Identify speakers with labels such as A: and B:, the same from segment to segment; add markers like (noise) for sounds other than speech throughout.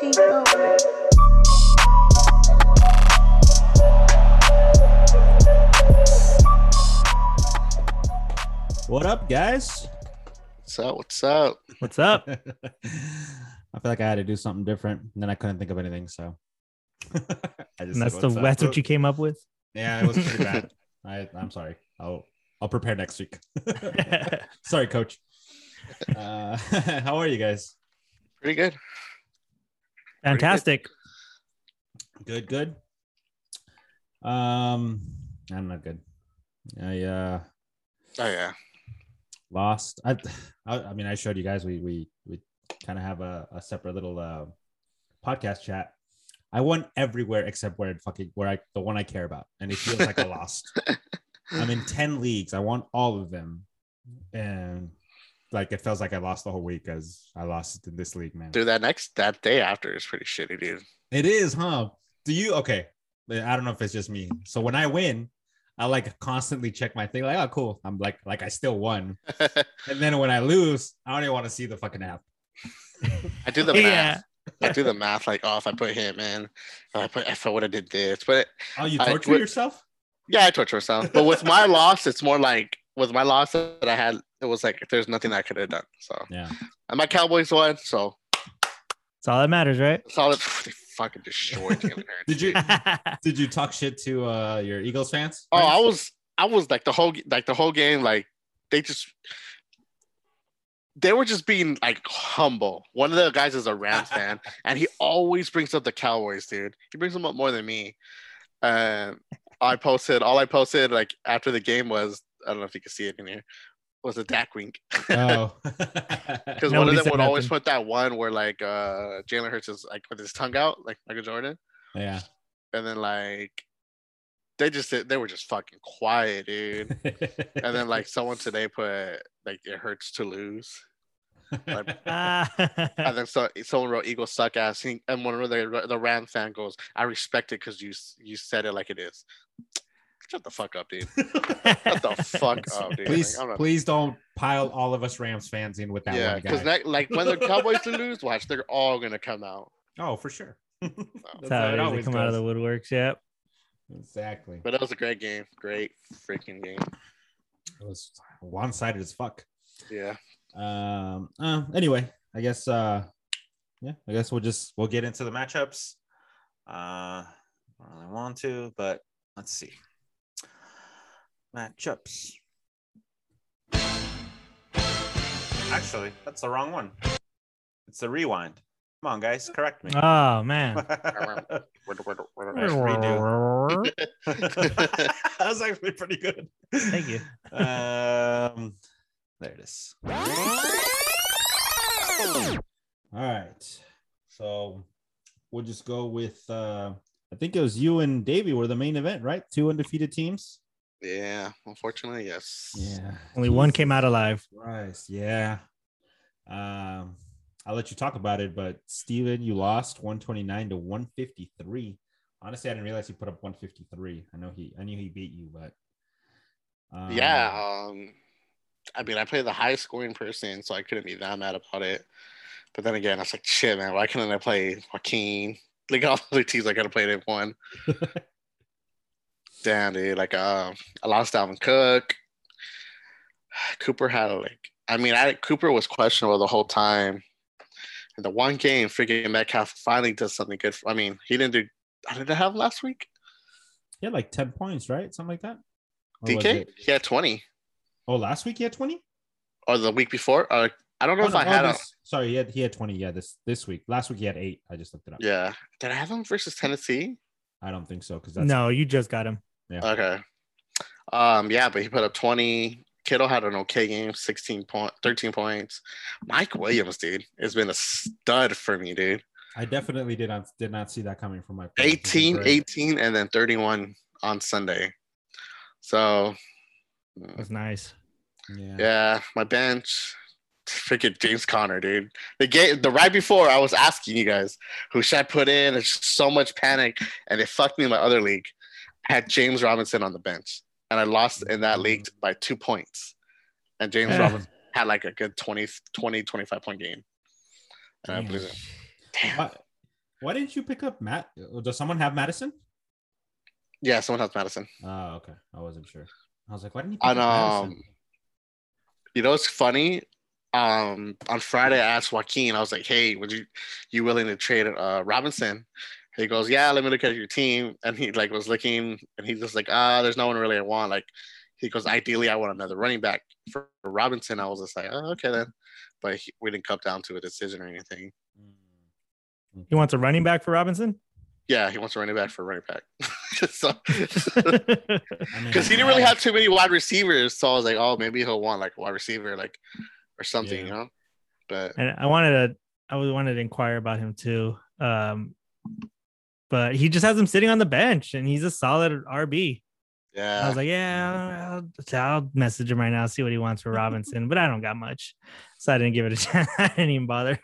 A: keep going.
B: Oh
C: What up, guys? (laughs)
D: What's up? What's up?
E: What's up?
C: I feel like I had to do something different, and then I couldn't think of anything. So (laughs) I just
E: And
C: said,
E: that's the
C: "What's up?"
E: that's what you came up with.
C: Yeah, it was pretty bad. (laughs) I, I'm sorry. I'll I'll prepare next week. (laughs) sorry,
E: (laughs)
C: coach. Uh, (laughs) how are you guys?
D: Pretty good.
E: Fantastic.
C: Good, good. Um, I'm not good. I uh
D: Oh yeah.
C: lost. I, (sighs) I, I mean, I showed you guys. We we we kind of have a, a separate little uh, podcast chat. I won everywhere except where it fucking where I the one I care about, and it feels like I lost. I'm in ten leagues. I won all of them, and like it feels like I lost the whole week because I lost in this league, man.
D: Dude, that next that day after is pretty shitty, dude.
C: It is, huh? Do you okay? I don't know if it's just me. So when I win, I like constantly check my thing, like, oh cool. I'm like like I still won. and then when I lose, I don't even want to see the fucking app.
D: (laughs) I do the
E: yeah.
D: math. I do the math like, oh, if I put him in, if I put if I would have did this, but
C: Oh, you
D: I-
C: torture
D: what-
C: yourself?
D: yeah, I torture myself. But with (laughs) my loss, it's more like with my loss that I had, it was like there's nothing I could have done. So
C: Yeah.
D: and my Cowboys won, so
E: That's all that matters, right?
D: it's all they fucking destroyed (laughs) Jalen Hurts.
C: Did you
D: dude.
C: did you talk shit to uh your Eagles fans?
D: Oh, I was I was like the whole like the whole game, like they just they were just being like humble. One of the guys is a
E: (laughs)
D: Rams fan, and he always brings up the Cowboys, dude. He brings them up more than me. Um, I posted all I posted like after the game was I don't know if you can see it in here was a Dak wink
C: Oh.
D: (laughs) because one of
E: Nobody
D: them
E: said
D: would always
E: nothing.
D: put that one where like uh Jalen Hurts is like with his tongue out like Michael Jordan,
C: (laughs) yeah.
D: and then like they just they were just fucking quiet, dude.
C: (laughs)
D: and then like someone today put like it hurts to lose,
E: Ah. (laughs)
D: and then so someone wrote Eagles suck ass, and and one of the the Ram fan goes, "I respect it because you s- you said it like it is." Shut the fuck up, dude. Shut
C: (laughs)
D: the fuck up, dude.
C: please
D: like, I'm not-
C: please don't pile all of us Rams fans in with that
D: yeah,
C: one
D: because
C: guy.
D: like
C: (laughs)
D: when the Cowboys do lose, watch they're all gonna come out.
C: oh, for sure. (laughs) That's
E: That's how it is. They come out of
C: goes.
E: the woodworks. Yep.
C: Exactly.
D: But that was a great game, great freaking game.
C: It was one sided as fuck.
D: Yeah,
C: Um. Uh, anyway, I guess. Uh. Yeah. I guess we'll just we'll get into the matchups. Uh. I don't really want to, but let's see. Matchups. Actually, that's the wrong one. It's the rewind. Come on, guys, correct me. (laughs)
E: Oh man.
C: that was actually pretty good.
E: (laughs) Thank you.
C: Um, there it is. All right. So we'll just go with uh I think it was you and Davey were the main event, right? Two undefeated teams.
D: yeah. Unfortunately, yes.
E: Only one came out alive.
C: Christ, yeah. Um, I'll let you talk about it, but Steven, you lost 129 to 153. Honestly, I didn't realize he put up 153. I know he I knew he beat you, but um,
D: yeah um i mean i played the highest scoring person so i couldn't be that mad about it but then again i was like shit man why couldn't i play joaquin (laughs) like all the other teams i could have played it
C: (laughs)
D: one damn dude like um i lost alvin cook (sighs) cooper had a like i mean i cooper was questionable the whole time and the one game freaking metcalf finally does something good for, i mean he didn't do I did I have last week?
C: He had like 10 points, right? Something like that. Or was
D: DK?
C: it-
D: Yeah, 20.
C: Oh, last week he had 20?
D: Or the week before? Or, I don't know
C: Oh,
D: if
C: no,
D: I
C: oh,
D: had him.
C: this- sorry, he had he had 20. Yeah, this this week. Last week he had eight. I just looked it up.
D: Yeah. Did I have him versus Tennessee?
C: I don't think so because that's
E: No, you just got him.
D: Okay. Um, yeah, but he put up 20. Kittle had an okay game, 16 point, 13 points. Mike Williams, dude, has been a stud for me, dude.
C: I definitely did not did not see that coming from my
D: 18, 18, and then 31 on Sunday. So mm,
E: That's nice.
C: Yeah.
D: yeah, my bench. Freaking James Conner, dude. The game the right before I was asking you guys who should I put in? There's just so much panic and it fucked me in my other league. I had James Robinson on the bench, and I lost in that league by two points. And James
E: Yeah.
D: Robinson had like a good 20, 20 25 point game. And I
C: Damn.
D: blew it.
C: Why- Why didn't you pick up Matt? Does someone have Madison?
D: Yeah, someone has Madison.
C: Oh, okay. I wasn't sure. I was like, why didn't you pick
D: And
C: up
D: um,
C: Madison?
D: you know what's funny? Um, on Friday, I asked Joaquin. I was like, "Hey, would you you willing to trade uh Robinson?" He goes, "Yeah, let me look at your team." And he like was looking, and he's just like, "Ah, there's no one really I want." Like, he goes, "Ideally, I want another running back for Robinson." I was just like, "Oh, okay then," but he, we didn't come down to a decision or anything.
C: Mm.
E: He wants a running back for Robinson. (laughs)
D: Yeah, he wants a running back for a running back. (laughs) so,
C: I mean,
D: because he didn't really have too many wide receivers, so I was like, "Oh, maybe he'll want like a wide receiver, like or something,"
C: Yeah.
D: you know. But
E: and I wanted to I was wanted to inquire about him too. Um, but he just has him sitting on the bench, and he's a solid RB. I
D: yeah,
E: was like, yeah, I'll, I'll message him right now, see what he wants for Robinson. but I don't got much, so I didn't give it a (laughs) chance. I didn't even bother.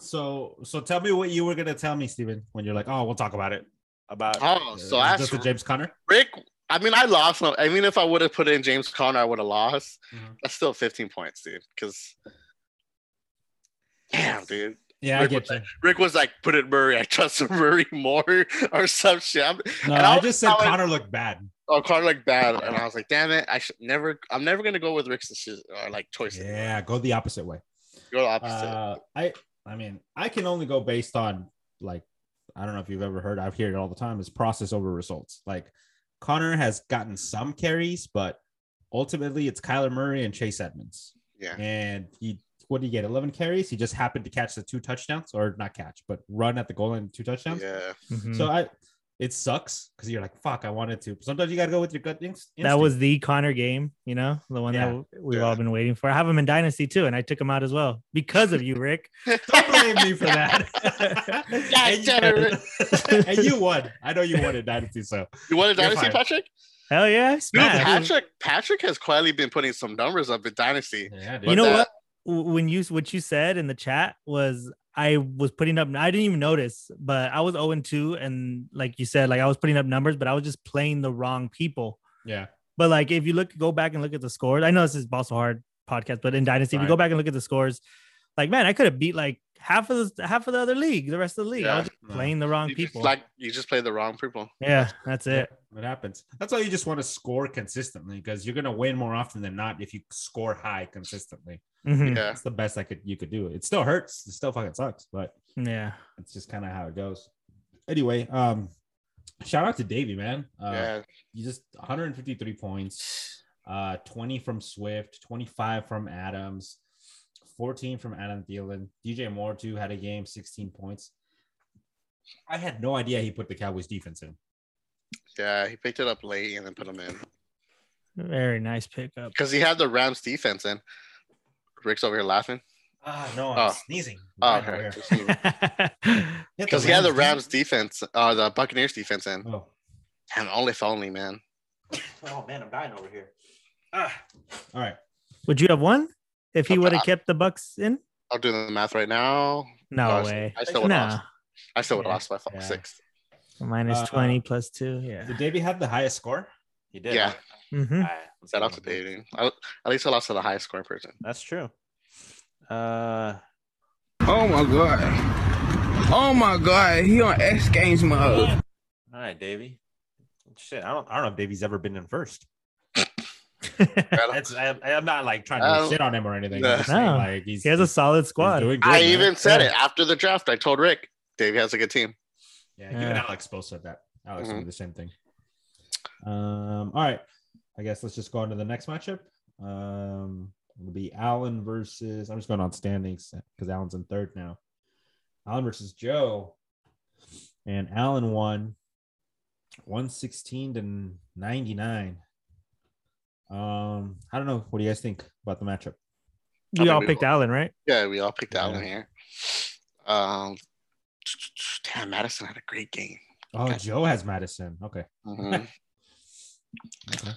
C: So, so tell me what you were gonna tell me, Steven, when you're like, oh, we'll talk about it. About uh,
D: Oh, so I
C: just
D: asked-
C: the James Conner.
D: Rick. I mean, I lost. no- I mean, if I would have put in James Conner, I would have lost.
C: Mhm.
D: That's still 15 points, dude. Because damn, dude,
C: Yeah, I
D: Rick
C: get you.
D: Rick was like, "Put it Murray. I trust (laughs) Murray more or some shit." I'm,
C: No,
D: and
C: I
D: I'll-
C: just said
D: I'll-
C: Connor looked bad.
D: oh, Conner looked bad, and I was like, "Damn it! I should never. I'm never gonna go with Rick's decision, or, like choices.
C: Yeah, go the opposite way.
D: Go the opposite.
C: Uh, I I mean, I can only go based on like I don't know if you've ever heard. I've heard it all the time. Is process over results. Like Connor has gotten some carries, but ultimately it's Kyler Murray and Chase Edmonds.
D: yeah.
C: And he what did he get? Eleven carries. He just happened to catch the two touchdowns, or not catch, but run at the goal line two touchdowns.
D: Yeah.
E: Mhm.
C: So I. It sucks because you're like, fuck, I wanted to. Sometimes you got to go with your gut inst- instinct.
E: Mm-hmm. that was the Connor game, you know, the one
C: Yeah.
E: that we've
D: Yeah.
E: all been waiting for. I have him in Dynasty too, and I took him out as well because of you, Rick.
C: Don't blame me for that.
E: (laughs)
C: and,
D: damn
C: you, and you won. I know you won in Dynasty, so
D: (laughs) You want a
C: You're
D: dynasty,
C: fired.
D: Patrick?
E: Hell yeah,
D: Dude,
E: smash.
D: Patrick. Patrick has quietly been putting some numbers up in dynasty.
C: yeah,
E: you
D: But
E: know
D: that-
E: what? W- When you what you said in the chat was I was putting up. I didn't even notice, but I was 0 and 2, and like you said, like I was putting up numbers, but I was just playing the wrong people.
C: yeah,
E: But like if you look, go back and look at the scores. I know this is also hard podcast, but in Dynasty, if you
C: Right.
E: go back and look at the scores, like man, I could have beat like half of the half of the other league, the rest of the league. I
D: Yeah.
E: was just playing the wrong
D: You just,
E: people.
D: like you just played the wrong people.
E: yeah, that's it.
C: It happens. That's why you just want to score consistently because you're gonna win more often than not if you score high consistently.
E: Mhm.
D: (laughs) Yeah.
C: That's the best I could you could do. It still hurts. It still fucking sucks, but
E: Yeah.
C: it's just kind of how it goes. Anyway, um, shout out to Davey, man. Uh,
D: yeah.
C: you just 153 points, uh, 20 from Swift, 25 from Adams, 14 from Adam Thielen. DJ Moore too had a game, 16 points. I had no idea he put the Cowboys defense in.
D: Yeah. He picked it up late and then put him in.
E: Very nice pickup.
D: Because he had the Rams defense in. Rick's over here laughing.
C: Ah, no,
D: I'm Oh.
C: sneezing.
D: Oh, okay.
C: (laughs)
D: Because he had the Rams defense, uh, the Buccaneers defense in.
C: Oh.
D: And only if only, man.
C: oh man, I'm dying over here. Ah. All right.
E: (laughs) Would you have won if he
D: Uh,
E: would have kept the Bucks in?
D: I'll do the math right now.
E: No
D: I s-
E: way.
D: I still
E: No,
D: would have lost. I still would have
C: Yeah.
D: lost by five,
C: Yeah.
D: six.
E: Minus
C: Uh,
E: 20 plus two. Yeah. (laughs)
C: Did Davey have the highest score?
A: He did.
D: Yeah.
A: huh?
E: Mhm.
A: Alright, let's
D: (laughs) Shout
A: go.
D: out to Dating. I, at least I lost to the highest scoring person.
C: (laughs)
A: That's true. Uh,
B: Oh my god. Oh my god, he on X Games mode.
A: all right, Davey. Shit, I don't, I don't know if Davey's ever been in first. That's, I, I'm not like trying
D: I
C: No
D: don't-
C: shit on him or anything.
D: Um, No.
C: I'm just saying,
E: No.
C: like he's,
E: (laughs) He has a solid
C: he's
E: squad.
C: doing good,
D: I
C: man.
D: even said
C: Yeah.
D: it after the draft. I told Rick, Davey has a good team.
C: Yeah, even
E: Yeah.
C: Alex both said that. Alex
D: Mhm.
C: did the same thing. Um, all right. I guess let's just go on to the next matchup. Um, it'll be Allen versus I'm just going on standings because Allen's in third now. Allen versus Joe. And Allen won 116 to 99. Um, I don't know. What do you guys think about the matchup?
E: We
D: I
E: all
D: mean, we
E: picked
D: all-
E: Allen, right?
D: Yeah, we all picked Allen
C: Yeah.
D: here. Um, (sniffs) damn, Madison had a great game.
C: Oh,
D: Okay.
C: Joe has Madison. Okay.
E: (laughs)
D: Mhm.
C: Okay.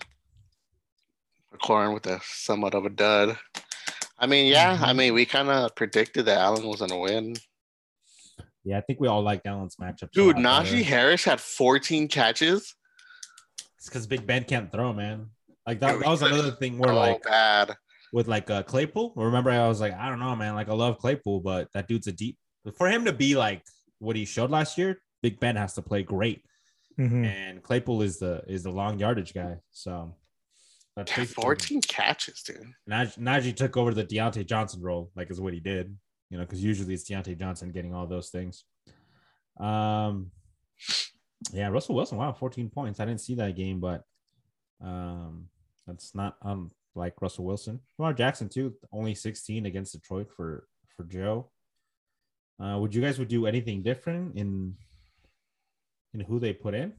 D: McLaurin with a somewhat of a dud. I mean, yeah,
E: Mm-hmm.
D: I mean, we kind of predicted that Allen was gonna win.
C: Yeah, I think we all like Allen's matchup.
D: Dude, Najee Harris had 14 catches.
C: It's because Big Ben can't throw, man. Like that,
D: Dude,
C: that was
D: he couldn't
C: another thing where
D: oh,
C: like
D: bad.
C: with like uh, Claypool. Remember, I was like, I don't know, man. Like I love Claypool, but that dude's a deep. For him to be like what he showed last year, Big Ben has to play great,
E: Mhm.
C: and Claypool is the is the long yardage guy. So that's basically-
D: 14 catches, dude.
C: Naj- Najee took over the Deontay Johnson role, like is what he did, you know, because usually it's Deontay Johnson getting all those things. Um, yeah, Russell Wilson, wow, 14 points. I didn't see that game, but um, that's not um like Russell Wilson. Lamar Jackson too, only 16 against Detroit for for Joe. Uh, would you guys would do anything different in in who they put in?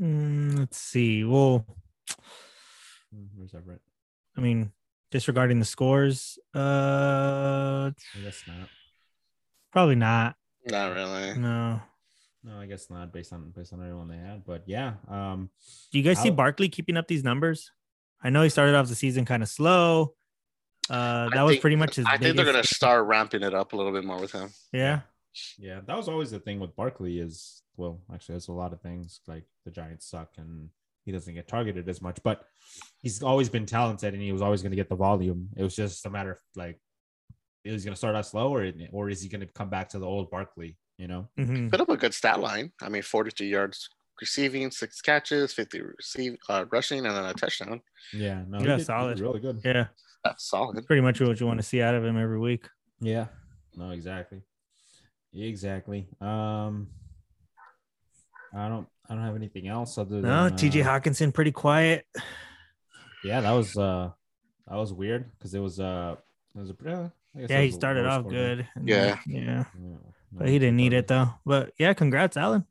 E: Mm, let's see. Well,
C: Hmm, Where's Everett?
E: I mean, disregarding the scores, uh,
C: I guess not.
E: probably not.
D: Not really.
E: No.
C: No, I guess not based on based on everyone they had. But yeah, um,
E: Do you guys see
C: I'll-
E: Barkley keeping up these numbers? I know he started off the season kind of slow. Uh, that
D: I
E: was
D: think-
E: pretty much his.
D: I think they're gonna
E: biggest- Mm-hmm.
D: start ramping it up a little bit more with him.
E: Yeah.
C: Yeah, that was always the thing with Barkley is well, actually, there's a lot of things like the Giants suck and he doesn't get targeted as much, but he's always been talented and he was always going to get the volume. It was just a matter of like, is he going to start out slow or, or is he going to come back to the old Barkley? You know,
E: Mhm.
D: Put up a good stat line. I mean, 43 yards receiving, six catches, 50 receive uh, rushing, and then a touchdown.
C: yeah, no,
E: Yeah, solid.
C: really good.
E: Yeah.
D: That's solid.
E: Pretty much what you want to see out of him every week.
C: Yeah. No, exactly. Exactly. Um, I don't, I don't have anything else other than
E: No, TJ
C: uh,
E: Hawkinson pretty quiet.
C: yeah that was uh that was weird because it was uh it was a yeah, I guess
E: Yeah,
C: it
E: he
C: was a
E: started
C: lower
E: off
C: scoring game.
E: good. and
D: Yeah.
E: then- Yeah.
C: Yeah,
E: But he didn't need it though. But yeah, congrats, Alan.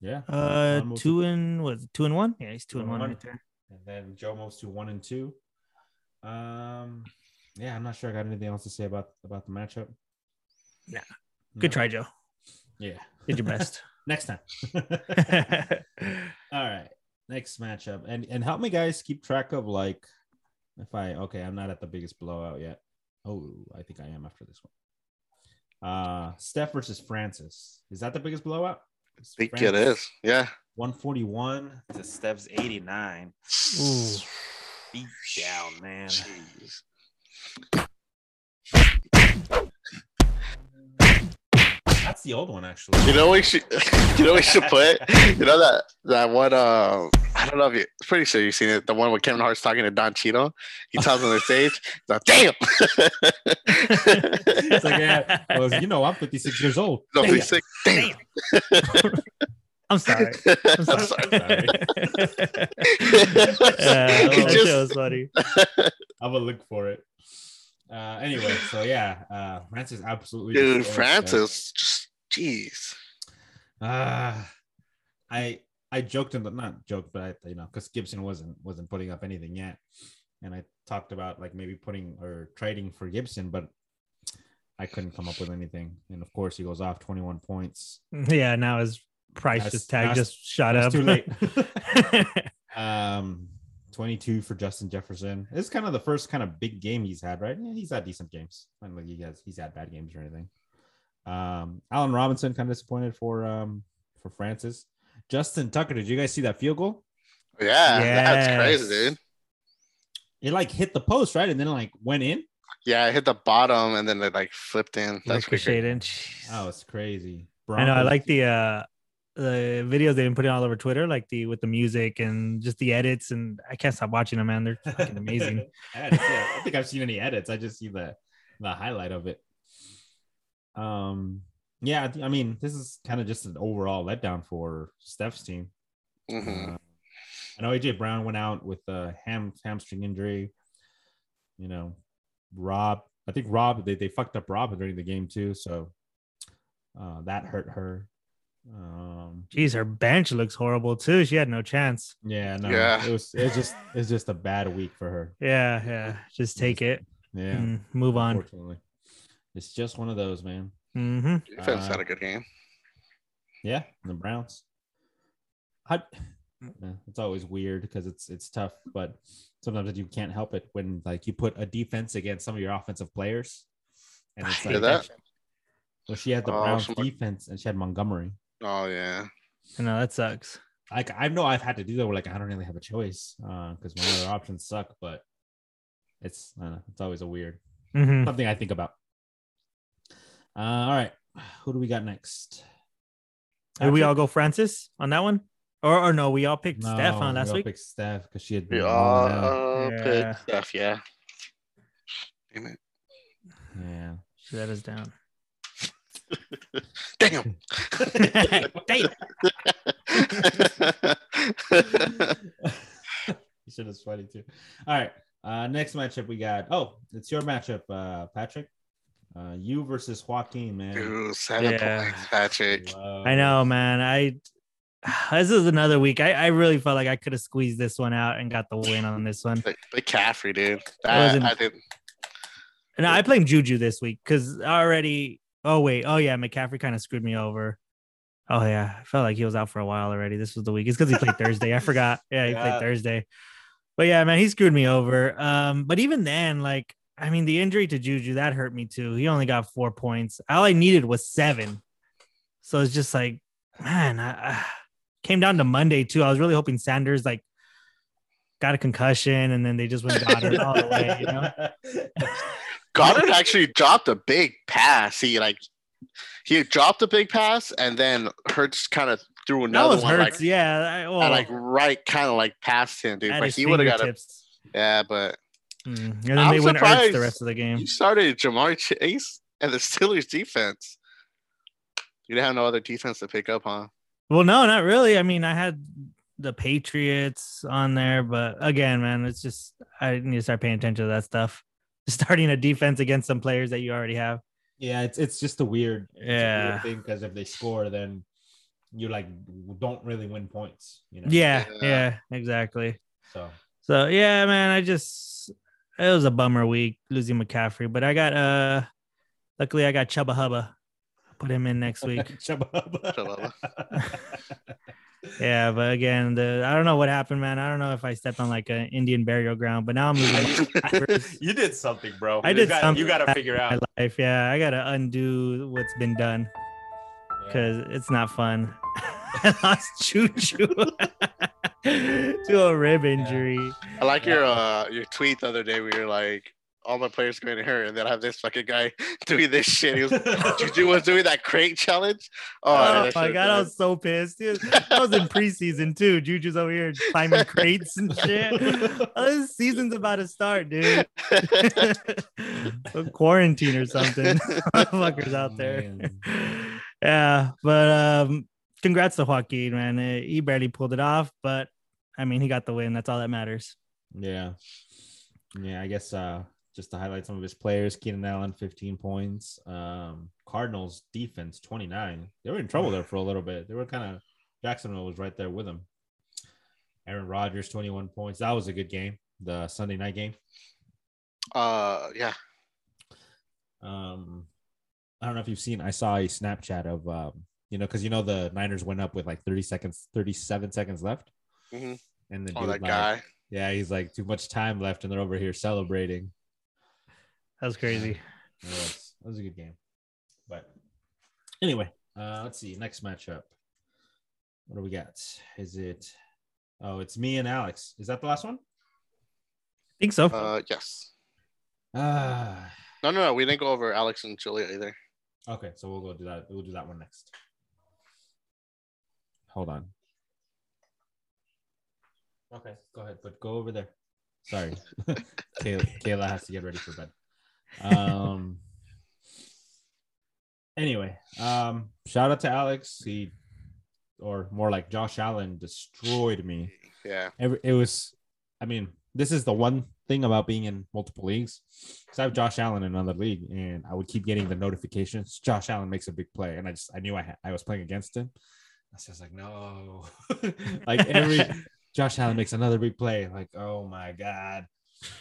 C: yeah
E: Uh,
C: Alan moves
E: two
C: to-
E: and was it two and one? Yeah, he's two,
C: Two
E: and
C: and
E: one,
C: one.
E: right there.
C: and then joe moves to one and two um yeah i'm not sure i got anything else to say about about the matchup
E: Nah.
C: No?
E: Good try, Joe.
C: yeah
E: Did your best.
C: next (laughs) time all right next matchup and and help me guys keep track of like if i okay i'm not at the biggest blowout yet oh i think i am after this one uh steph versus francis is that the biggest blowout
D: I think it is. Yeah.
C: 141
A: to Steph's 89.
E: Ooh.
A: Beat down, man.
D: Jeez.
C: that's the old one actually
D: (laughs) You know what we should you know what we should put? You know that that one um I don't know if you pretty sure you've seen it, the one where Kevin Hart's talking to Don Cheeto. He tells him on the stage, he's like, damn (laughs)
C: it's like yeah well, you know i'm 56 years old
D: No,
C: Damn.
D: he's sick. Damn.
E: (laughs)
D: (laughs)
E: I'm sorry. I'm sorry. (laughs)
D: He
E: that
D: just-
E: shit was funny.
C: i'm gonna look for it uh anyway so yeah uh francis absolutely destroyed
D: Dude,
C: Steph.
D: Francis, just jeez.
C: Ah, I I joked in the not joked, but I you know because Gibson wasn't wasn't putting up anything yet, and I talked about like maybe putting or trading for Gibson, but I couldn't come up with anything. And of course, he goes off twenty one points.
E: Yeah, now his price
C: That's-
E: just tag
C: that's-
E: just shot
C: It's
E: up.
C: too
E: (laughs)
C: late. um, twenty two for Justin Jefferson. This is kind of the first kind of big game he's had, right? Yeah, he's had decent games. I don't think he has he's had bad games or anything. Um, Allen Robinson kind of disappointed for um for Francis. Justin Tucker, did you guys see that field goal?
D: Yeah, that's
E: Yes.
D: crazy, dude.
C: It like hit the post, right? And then like went in.
D: Yeah, it hit the bottom and then it like flipped in. That's weird.
E: Ricochet in.
C: Oh, it's crazy.
E: I know. I
C: Broncos-
E: like the uh the videos they've been putting all over Twitter, like the with the music and just the edits, and I can't stop watching them, man. They're fucking amazing.
C: Edits, yeah. (laughs) I don't think I've seen any edits. I just see the the highlight of it. Um yeah, I thi- I mean, this is kind of just an overall letdown for Steph's team.
D: Mhm.
E: Mm-hmm.
C: Uh, I know AJ Brown went out with a ham hamstring injury. You know, Rob. I think Rob they, they fucked up Rob during the game too, so uh, that hurt her. Um,
E: Jeez, her bench looks horrible too. She had no chance.
C: yeah, no,
D: Yeah.
C: it was it's just it's just a bad week for her.
E: Yeah, yeah. Just take it
C: Yeah,
E: and move on.
C: unfortunately, it's just one of those, man.
E: hmm
D: Defense
C: Uh,
D: had a good game.
C: Yeah, and the Browns. I, yeah, it's always weird because it's it's tough, but sometimes you can't help it when like you put a defense against some of your offensive players, and it's
D: Hear
C: like
D: that?
C: Well, she had the
D: Oh,
C: Browns
D: some-
C: defense and she had Montgomery.
D: Oh yeah.
E: I know that sucks.
C: Like I know I've had to do that. Where like I don't really have a choice because my other options suck, but
D: (laughs)
C: it's I don't know, it's always a weird
E: hmm
C: something I think about. Uh, all right, Who do we got next?
E: Did we all go Francis on that one? Or, or no, we all picked
C: No,
E: Steph on
C: we
E: last
C: all
E: week.
C: picked Steph because she had
D: We
C: been
D: all
C: balling out.
D: uh,
E: Yeah.
D: picked Steph, yeah. Damn it.
C: Yeah. (laughs)
E: She let us down. (laughs)
D: Damn.
E: Damn.
C: you should have sweated too. All right. Uh, next matchup we got. Oh, it's your matchup, uh, Patrick. Uh, you versus Joaquin, man.
D: Dude, seven
E: Yeah.
D: points, Patrick.
C: Love
E: I know, man. I (sighs) this is another week. I, I really felt like I could have squeezed this one out and got the win on this one.
D: The, the Caffrey, dude. That,
E: wasn't-
D: I didn't.
E: And I blame Juju this week because already. Oh wait. Oh yeah. McCaffrey kind of screwed me over. Oh yeah. I felt like he was out for a while already. This was the week. It's because he played Thursday. I forgot. Yeah, he
C: Yeah.
E: played Thursday. But yeah, man, he screwed me over. Um, but even then, like, I mean, the injury to Juju that hurt me too. He only got four points. All I needed was seven. So it's just like, man, I, I came down to Monday too. I was really hoping Sanders like got a concussion and then they just went Goddard all the way. You know?
D: Goddard actually dropped a big pass. He like he dropped a big pass and then Hurts kind of threw
E: That
D: another
E: was
D: one like,
E: hurts. yeah. I, well,
D: and, like right kind of like past him, dude.
E: at
D: But
E: his
D: he would have got a
E: fingertips.
D: yeah, but
E: Mm. And then
D: I'm
E: they went Ertz
D: surprised.
E: the rest of the game.
D: you started Jamar Chase and the Steelers defense. You didn't have no other defense to pick up,
E: (laughs)
D: huh?
E: Well, no, not really. I mean, I had the Patriots on there, but again, man, it's just I need to start paying attention to that stuff. (laughs) Starting a defense against some players that you already have.
C: (laughs) yeah, it's it's just a weird, it's a weird
E: Yeah.
C: thing because if they score, then you like don't really win points. You know.
E: Yeah,
D: Yeah.
E: yeah, exactly.
C: So
E: So yeah, man, I just it was a bummer week losing McCaffrey, but I got uh luckily I got Chubba Hubba. I'll put him in next
C: (laughs)
E: week.
C: Chubba. (laughs)
E: (laughs) Yeah, but again, the I don't know what happened, man. I don't know if I stepped on like an Indian burial ground, but now I'm losing
A: You did something, bro.
E: I
A: You
E: did
A: got-
E: something.
A: You got to figure
E: my
A: out.
E: life. Yeah, I gotta undo what's been done because it's not fun. (laughs) I lost Choo Choo (laughs) to a rib injury.
D: I like your uh your tweet the other day where you're like, all my players going to hurt, and then I have this fucking guy (laughs) doing this shit. He was
E: (laughs)
D: Juju was doing that crate challenge. Oh,
E: Oh,
D: that
E: my
D: shit
E: god, I was so pissed. Dude, I
D: (laughs)
E: was in preseason too. Juju's over here climbing crates
D: (laughs)
E: and shit. Oh, this season's about to start, dude. (laughs) Quarantine or
D: (laughs)
E: something. (laughs) Fuckers out there.
C: Man.
E: (laughs) yeah, but um, congrats to Joaquin, man. Uh, He barely pulled it off, but I mean, he got the win. That's all that matters.
C: Yeah. Yeah, I guess uh just to highlight some of his players, Keenan Allen 15 points. Um Cardinals defense 29. They were in trouble there for a little bit. They were kind of Jacksonville was right there with them. Aaron Rodgers 21 points. That was a good game. The Sunday night game.
D: uh
E: (laughs)
D: yeah.
C: Um I don't know if you've seen I saw a Snapchat of um you know cuz you know the Niners went up with like 30 seconds 37 seconds left.
D: Mhm.
C: And then
D: Oh, that
E: (laughs)
D: guy.
C: yeah, he's like too much time left and they're over here celebrating.
E: That was crazy.
C: (laughs) It was. That was a good game. But anyway, uh, let's see. Next matchup. What do we got? Is it? Oh, it's me and Alex. Is that the last one?
E: I think so.
D: Uh yes.
C: Ah,
D: No, no, no. We didn't go over Alex and Julia either.
C: okay. So we'll go do that. We'll do that one next. Hold on. Okay, go ahead, but go over there. (laughs) Sorry, Kayla, Kayla has to get ready for bed. Um. anyway, um, shout out to Alex. He, or more like Josh Allen, destroyed me.
D: Yeah.
C: Every, it was, I mean, this is the one thing about being in multiple leagues. Because I have Josh Allen in another league, and I would keep getting the notifications. Josh Allen makes a big play, and I just I knew I had, I was playing against him. I was just like, no, (laughs) like
E: (laughs)
C: every Josh Allen makes another big play. Like, oh my god.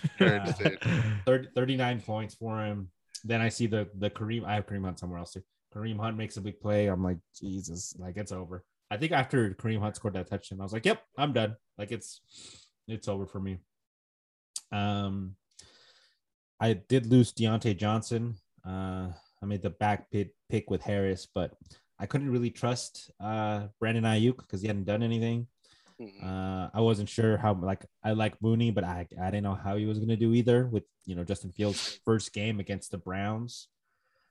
C: Uh,
D: You're
E: (laughs)
D: insane.
C: 30, 39 points for him. Then I see the the Kareem. I have Kareem Hunt somewhere else. Too. Kareem Hunt makes a big play. I'm like, Jesus, like it's over. I think after Kareem Hunt scored that touchdown, I was like, Yep, I'm done. Like it's it's over for me. Um, I did lose Deontay Johnson. Uh, I made the back pit pick with Harris, but I couldn't really trust uh Brandon Ayuk because he hadn't done anything.
D: Mhm.
C: Uh, I wasn't sure how like I like Mooney, but I I didn't know how he was gonna do either with you know Justin Fields' first game against the Browns.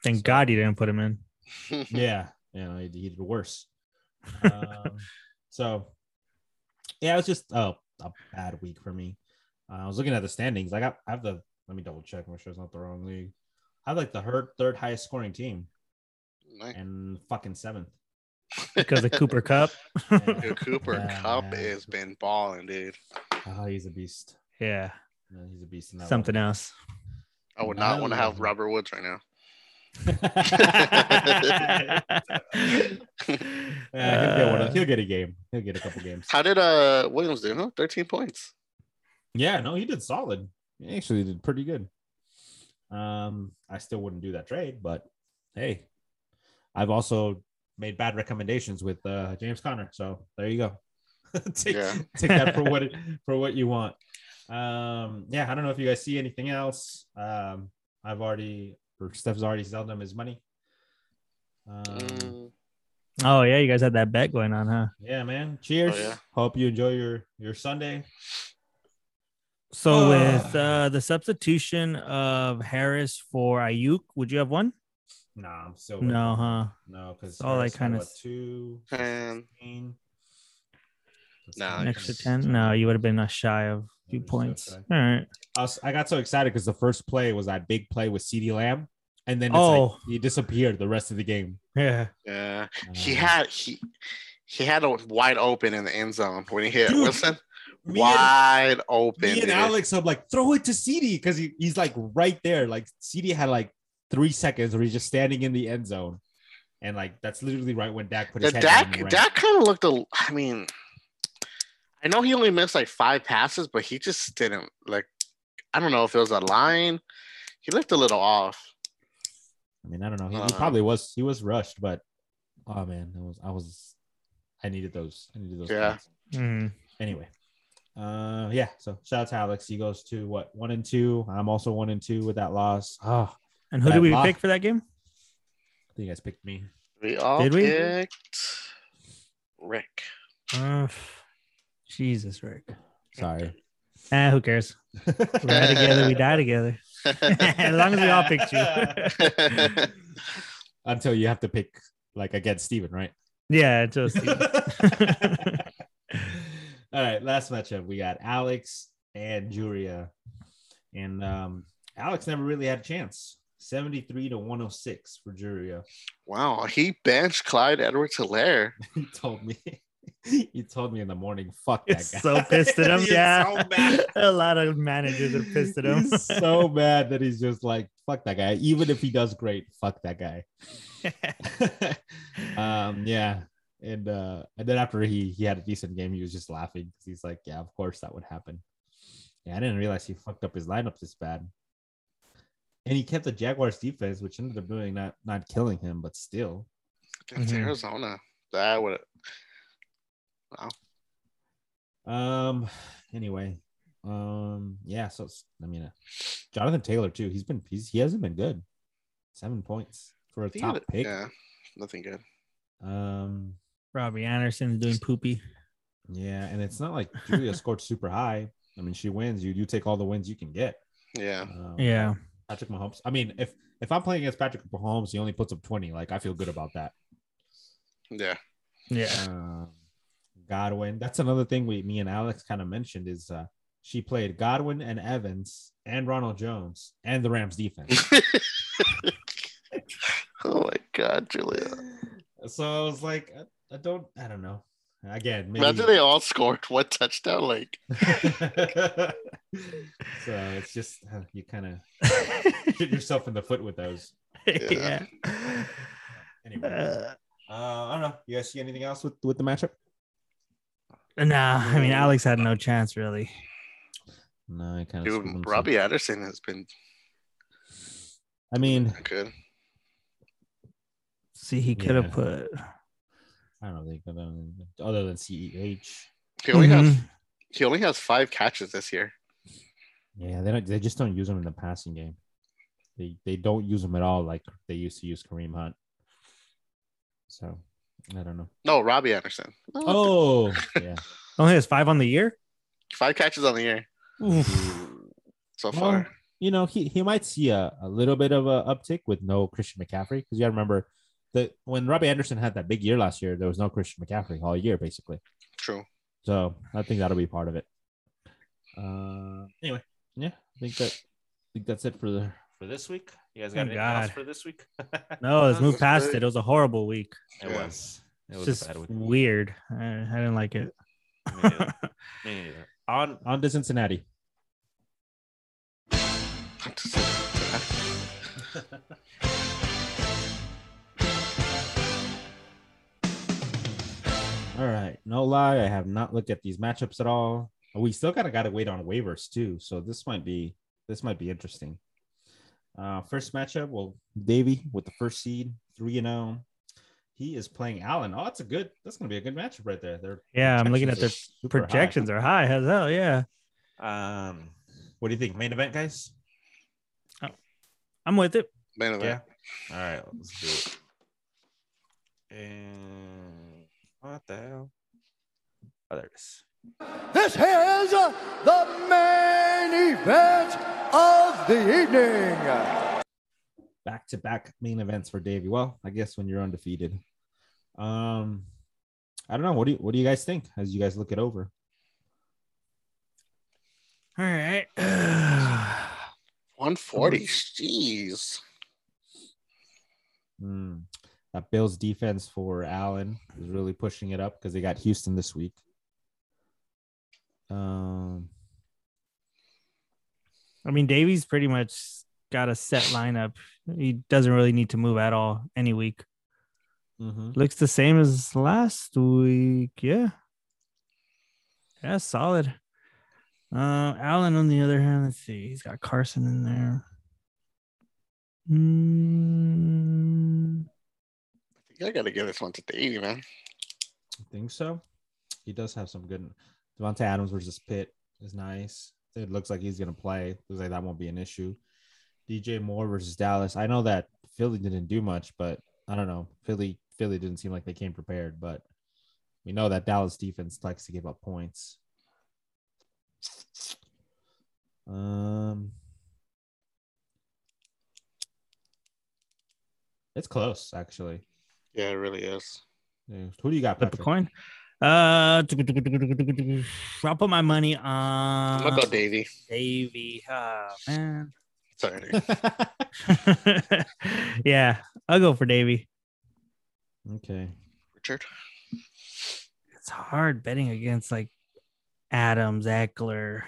E: Thank God you didn't put him in.
D: Mm-hmm. (laughs)
C: yeah, you know, he, he did worse. Um, so, yeah, it was just a, a bad week for me. Uh, I was looking at the standings. I got I have the let me double check, make sure it's not the wrong league. I have like the third third highest scoring team
D: Nice.
C: and fucking seventh.
E: because
C: (laughs)
E: of Cooper Cup.
C: Yeah.
D: Dude, Cooper
C: Yeah,
D: Cup
C: man.
D: has been balling, dude.
C: Oh, he's a beast.
E: (laughs) yeah,
C: Yeah, he's a beast. In that (laughs)
E: something else. (laughs)
D: I would not
C: No.
D: want to have Robert Woods right now.
C: (laughs)
E: (laughs)
C: One. Yeah, Eh, he'll, get one of- he'll get a game. He'll get a couple games.
D: How did uh Williams do? Huh? 13 points.
C: Yeah, no, he did solid. He actually did pretty good. Um, I still wouldn't do that trade, but hey, I've also made bad recommendations with uh James Conner. So there you go. (laughs) take,
D: Yeah.
C: (laughs) take that for
D: (laughs)
C: what it, for what you want. Um, yeah, I don't know if you guys see anything else. Um, I've already or Steph's already sold him his money. Um,
D: Mm,
E: oh yeah, you guys had that bet going on, huh?
C: yeah, man. Cheers.
D: Oh, yeah.
C: Hope you enjoy your your Sunday.
E: So
C: Ah.
E: with uh, the substitution of Harris for Ayuk, would you have one?
C: Nah, I'm still waiting.
E: No, huh?
C: No, because
E: all that kinda s-
C: two
D: And Nah,
C: Nah,
D: An
E: Extra ten? No, you would have been uh, shy of a few
C: Yeah, we're so
E: points.
C: shy.
E: All right.
C: I, was, I got so excited because the first play was that big play with CD Lamb, and then it's
E: Oh.
C: like he disappeared the rest of the game.
E: Yeah.
D: yeah. He
C: Uh,
D: had he he had a wide open in the end zone when he hit
C: Dude,
D: Wilson.
C: me and-
D: Wide open.
C: Me
D: dude.
C: and Alex, I'm like, throw it to CD because he, he's like right there. Like CD had like three seconds where he's just standing in the end zone, and like that's literally right when Dak put
D: The
C: his head down
D: Dak
C: and ran.
D: Dak kind of looked a. I mean, I know he only missed like five passes, but he just didn't like. I don't know if it was a line. He looked a little off.
C: I mean, I don't know. He, he
D: Uh-huh.
C: probably was. He was rushed, but oh man, it was. I was. I needed those. I needed those.
D: Yeah.
C: points.
E: Hmm.
C: Anyway. Uh, yeah. So shout out to Alex. He goes to what one and two. I'm also one and two with that loss. Oh,
E: And who
C: That
E: did we
C: loss-
E: pick for that game?
C: I think you guys picked me.
D: We all
E: Did we?
D: picked Rick. (laughs)
E: Uh,
C: (sighs)
E: Jesus, Rick.
D: (laughs)
C: Sorry. (laughs)
E: Ah, who cares? We die together. We die together. (laughs) as long as we all picked
C: (laughs)
E: you.
C: Until you have to pick like against Steven,
D: (laughs)
C: right?
E: yeah, just
C: (laughs) All right, last matchup we got Alex and Julia, and um, Alex never really had a chance. Seventy-three to one hundred six for Julia.
D: wow, he benched Clyde Edwards Hilaire.
C: (laughs) He told me. he told me in the morning. Fuck that guy.
E: so
C: (laughs)
E: pissed at him.
C: He's
E: yeah.
C: so mad.
E: (laughs) A lot of managers are pissed at him.
C: He's so mad that he's just like fuck that guy. Even if he does great, fuck that
E: (laughs)
C: guy. um, yeah, and uh, and then after he he had a decent game, he was just laughing 'cause he's like, yeah, of course that would happen. Yeah, I didn't realize he fucked up his lineup this bad. And he kept the Jaguars defense, which ended up doing not not killing him, but still.
D: Against
C: Mm-hmm.
E: Mhm.
D: Arizona. That would.
C: Um. Anyway. Um. Yeah. So it's- I mean, uh, Jonathan Taylor too. He's been he's, he hasn't been good. Seven points for a top pick.
D: Yeah, nothing good.
C: Um.
E: (laughs) Robbie Anderson's doing poopy.
C: Yeah, and it's not like Julia scored super high. I mean, she wins. You you take all the wins you can get.
D: Yeah.
C: Um,
E: Yeah.
C: Patrick Mahomes. I mean, if if I'm playing against Patrick Mahomes, he only puts up twenty. Like I feel good about that.
D: Yeah.
E: Yeah. (laughs)
C: Um, Godwin. That's another thing we me and Alex kind of mentioned is uh, she played Godwin and Evans and Ronald Jones and the Rams defense.
D: oh my God, Julia.
C: So I was like, I, I don't, I don't know. Again, maybe.
D: Imagine they all scored one touchdown. Like,
C: (laughs) so it's just uh, you kind of shoot yourself in the foot with those.
E: yeah.
C: Anyway,
E: Uh,
C: uh, I don't know. You guys see anything else with with the matchup?
E: nah, I mean Alex had no chance really.
C: No, I kind
D: dude, Robbie Anderson has been
C: I mean,
D: good.
E: See, he could have
C: Yeah.
E: put.
C: I don't think other than, other than E Ceh.
D: He only
C: Mm-hmm.
D: has
E: Mhm.
D: he only has five catches this year.
C: Yeah, they don't. They just don't use him in the passing game. They they don't use him at all like they used to use Kareem Hunt. So I don't know.
D: No, Robbie Anderson. No,
C: Oh yeah.
E: Mm-hmm. only has five on the year.
D: Five catches on the year
C: Mm.
D: so
C: Well,
D: far.
C: you know, he, he might see a, a little bit of a uptick with no Christian McCaffrey because you got to remember the when Robbie Anderson had that big year last year, there was no Christian McCaffrey all year basically.
D: True.
C: So I think that'll be part of it. Uh, anyway, yeah, I think that I think that's it for the.
A: for this week. You guys
E: Oh,
A: got anything else
E: God.
A: for this
C: (laughs)
A: week?
E: No,
D: That's
E: let's move past
D: good.
E: it. It was a horrible week.
A: It
D: Yeah.
A: was. It
E: It's
A: was a
E: just
A: bad week.
E: weird. I, I didn't like it.
A: Me neither. Me neither. On
C: (laughs) On to Cincinnati. All right, no lie, I have not looked at these matchups at all. We still gotta gotta wait on waivers too, so this might be this might be interesting. Uh, first matchup, well, Davey with the first seed, three and zero. He is playing Allen. Oh, that's a good. That's gonna be a good matchup right there. Their
E: (laughs) Yeah, I'm looking at their
C: projections are super high.
E: projections are high as hell. Yeah,
A: um, what do you think? Main event, guys.
E: I'm with it.
D: Man of
A: Yeah.
D: that.
A: All right, let's do it. And what the hell? Oh, there it is.
F: This is the main event of the evening.
C: back to back main events for Davey. Well, I guess when you're undefeated. Um, I don't know. What do you What do you guys think as you guys look it over?
E: All right. (sighs)
D: 140. Jeez.
C: Hmm. That Bills defense for Allen is really pushing it up because they got Houston this week. Um,
E: I mean, Davies pretty much got a set lineup. He doesn't really need to move at all any week.
C: mhm.
E: Looks the same as last week. Yeah. Yeah, solid. Uh, Allen, on the other hand, let's see. He's got Carson in there. Hmm.
D: I gotta give this one to Davey, man.
C: I think so. He does have some good. Devontae Adams versus Pitt is nice. It looks like he's gonna play. Looks like that won't be an issue. DJ Moore versus Dallas. I know that Philly didn't do much, but I don't know. Philly Philly didn't seem like they came prepared, but we know that Dallas defense likes to give up points. Um, it's close actually.
D: Yeah, it really is.
C: Yeah. Who do you got?
E: Flip a
C: Patrick?
E: coin. Uh, I'll put my money on
D: I'm gonna
C: Uh,
D: go Davey.
E: Davey. Ah, man. (laughs)
D: Sorry. dude.
C: (laughs)
E: yeah, I'll go for Davey.
C: Okay.
D: Richard.
E: It's hard betting against like Adams, Eckler,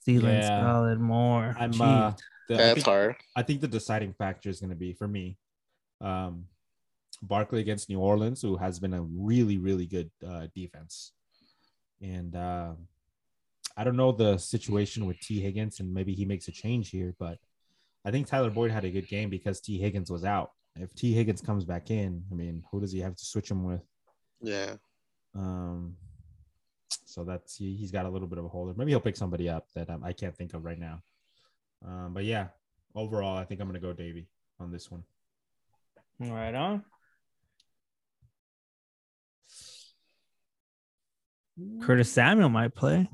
E: Stealing
C: Yeah.
E: solid more.
C: I'm uh, the, I,
D: That's
C: think,
D: hard.
C: I think the deciding factor is going to be for me, um, Barkley against New Orleans, who has been a really really good uh, defense, and um, I don't know the situation with T Higgins, and maybe he makes a change here, but I think Tyler Boyd had a good game because T Higgins was out. If T Higgins comes back in, I mean, who does he have to switch him with?
D: Yeah.
C: Um, so that's he, he's got a little bit of a holder. Maybe he'll pick somebody up that um, I can't think of right now. Um, but yeah, overall, I think I'm gonna go Davy on this one.
E: right on. Curtis Samuel might play.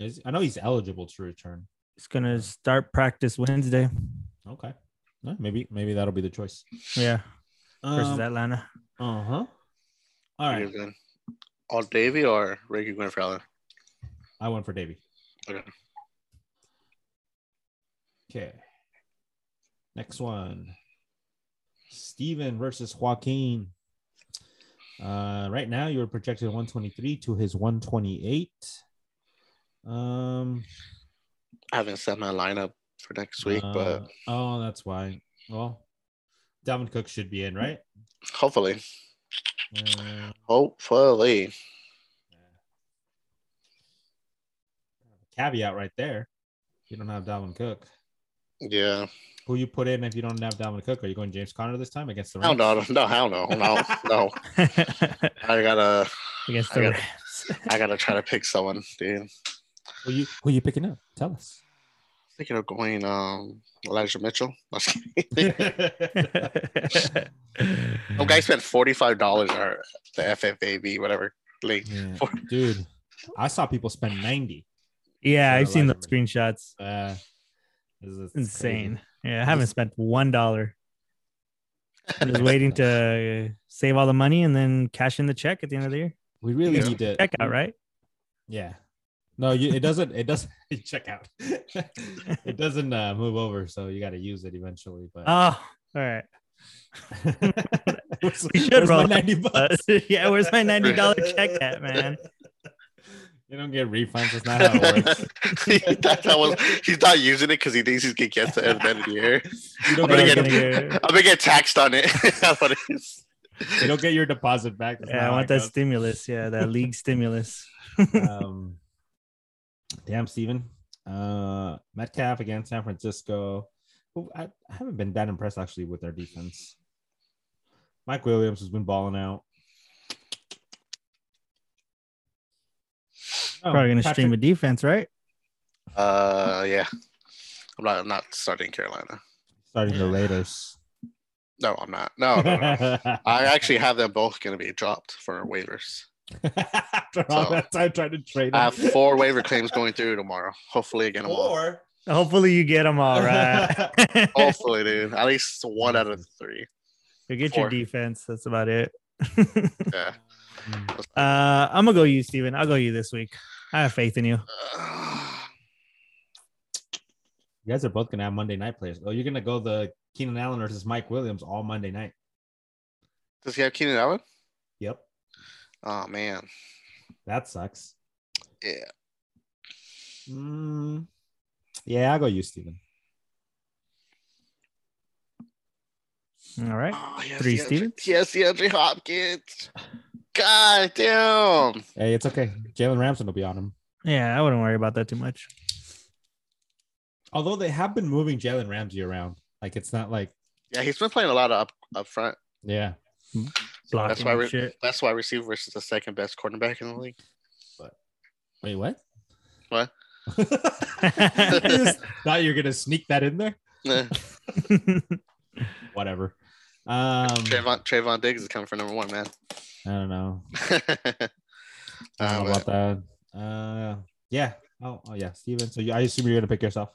C: Is, I know he's eligible to return.
E: He's gonna start practice Wednesday.
C: Okay, Yeah, maybe maybe that'll be the choice.
E: Yeah, versus
C: Um,
E: Atlanta. (laughs)
C: uh huh. All
D: You're
C: right,
D: good. All Davey or Ricky Gwynn for Allen?
C: I went for Davy.
D: Okay.
C: Okay. Next one. Steven versus Joaquin. Uh, right now you're projected 123 to his 128. Um
D: I haven't set my lineup for next week, but
C: uh, oh, that's why. Well, Dalvin Cook should be in, right?
D: hopefully.
C: Uh,
D: Hopefully.
C: caveat right there. You don't have Dalvin Cook.
D: Yeah.
C: Who you put in if you don't have Dalvin Cook? Are you going James Conner this time against the
D: I don't
C: Rams?
D: know. No, I don't know. No, no.
E: against
D: I gotta
E: the
D: I got-
E: Rams.
D: I gotta try to pick someone, dude.
C: Who you who you picking up? Tell
D: (laughs)
C: us.
D: Thinking of going um Elijah Mitchell. (laughs) I'm just kidding. Some guy spent forty five dollars on the FFAB, whatever league.
C: Yeah, dude. I saw people spend 90.
E: (laughs) yeah, I've seen
C: Elijah
E: those
C: Mitchell.
E: screenshots.
C: Uh, this is
E: Insane. Yeah, I haven't spent one dollar. I'm just waiting
C: (laughs)
E: to save all the money and then cash in the check at the end of the year.
C: We really
D: Yeah.
C: need to
E: Check out, right?
C: Yeah. No, you, it doesn't. It doesn't (laughs) check out. it doesn't uh, move over, so you got to use it eventually. But
E: Oh, all right.
C: (laughs) Where's-
E: we should
C: where's my
E: roll it.
C: ninety
E: Uh, (laughs)
C: bucks.
E: yeah, where's my ninety dollar check at, man?
D: (laughs)
C: You don't get refunds. That's not how it
D: (laughs)
C: works.
D: he thought that was he's not using it because he thinks he's gonna get to end of the year.
C: You don't,
D: I'm gonna
C: get,
D: get-
C: your-
D: (laughs) I'm gonna get taxed on it. (laughs) That's what it is.
C: you don't get your deposit back. That's not
E: Yeah, I
C: how
E: want
C: it
E: that stimulus. Yeah, that league stimulus.
C: goes. um, (laughs) damn, Steven. Uh, Metcalf against San Francisco. Who- I, I haven't been that impressed actually with their defense. Mike Williams has been balling out. (laughs) Oh,
E: Probably gonna
C: Patrick-
E: stream a defense, right?
D: Uh, yeah. I'm not. I'm not starting Carolina.
C: starting the Raiders.
D: No, I'm not. Oh, No, no,
C: (laughs)
D: no. I actually have them both gonna be dropped for waivers.
C: After all
D: So-
C: that time trying to trade
D: I
C: him. (laughs)
D: have four waiver claims going through tomorrow. Hopefully, I get them all.
C: Or
E: Hopefully you get them all
C: (laughs)
E: right. (laughs)
D: Hopefully, dude. At least one out of three.
E: you get
D: Four.
E: your defense. That's about it. (laughs)
D: Yeah. (sighs)
E: uh, I'm gonna go you, Steven. I'll go you this week. I have faith in you.
C: you guys are both gonna have Monday night players. Oh, you're gonna go the Keenan Allen versus Mike Williams all Monday night.
D: Does he have Keenan Allen?
C: Yep,
D: Oh man.
C: that sucks.
D: Yeah.
C: Mm, yeah, I'll go you, Steven.
E: All right.
D: Oh, yes,
E: Three
D: DeAndre-
E: Stevens?
D: Yes, DeAndre Hopkins. God damn.
C: Hey, it's okay. Jalen Ramson will be on him.
E: Yeah, I wouldn't worry about that too much.
C: Although they have been moving Jalen Ramsey around. Like it's not like
D: Yeah, he's been playing a lot of up up front.
C: yeah.
E: Blocking
D: That's why
E: and
D: we-
E: shit.
D: That's why receiver versus the second best quarterback in the league.
C: Wait, what? (laughs)
D: What?
C: I just thought you were gonna sneak that in there.
D: Eh,
C: Um, Whatever. Um,
D: Trayvon, Trayvon Diggs is coming for number one, man. (laughs) Uh,
C: I don't know. I
D: Um,
C: don't know about that. Uh, yeah. Oh, oh yeah, Steven. So you, I assume you're gonna pick yourself.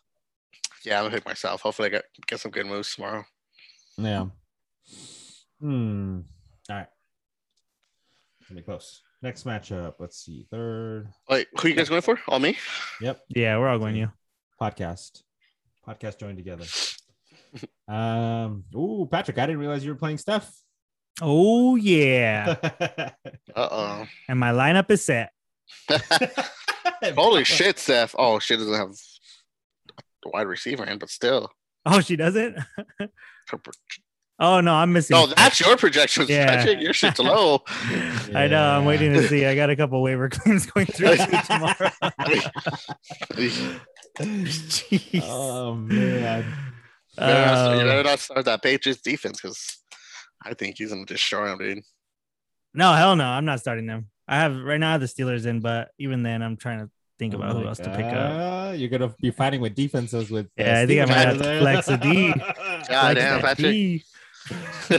D: yeah, I'm gonna pick myself. Hopefully, I get, get some good moves tomorrow.
C: Yeah. Hmm. All right. Gonna be close. Next matchup. Let's see. Third
D: Wait, who you guys going for? All me?
E: Yeah, we're all going you.
C: podcast. Podcast joined
D: (laughs)
C: together. Um. Ooh, Patrick. I didn't realize you were playing Steph. (laughs)
E: Oh yeah.
D: Uh
E: and my lineup is set.
D: oh.
C: (laughs)
D: (laughs) Holy shit, Steph. Oh shit, doesn't have a wide receiver in, but still.
E: Oh, she doesn't? (laughs) oh no, I'm missing.
D: No, that's your projections.
E: Yeah.
D: Patrick. Your shit's low.
E: I know. I'm
C: Yeah.
E: waiting to see. I got a couple waiver (laughs) claims going through tomorrow. (laughs) Jeez.
C: Oh man.
D: You better, not, you
E: Uh,
D: better not start that Patriots defense because I think he's gonna destroy him, dude.
E: no, hell no. I'm not starting them. I have right now I have the Steelers in, but even then, I'm trying to think
C: Oh
E: about who else to pick up.
C: up. You're gonna be fighting with defenses with. uh,
E: Yeah, I think I
C: Steven
E: might have
C: over
E: to
C: there.
E: flex a D.
D: God
E: Like
D: damn,
E: that
D: Patrick.
E: D.
D: (laughs)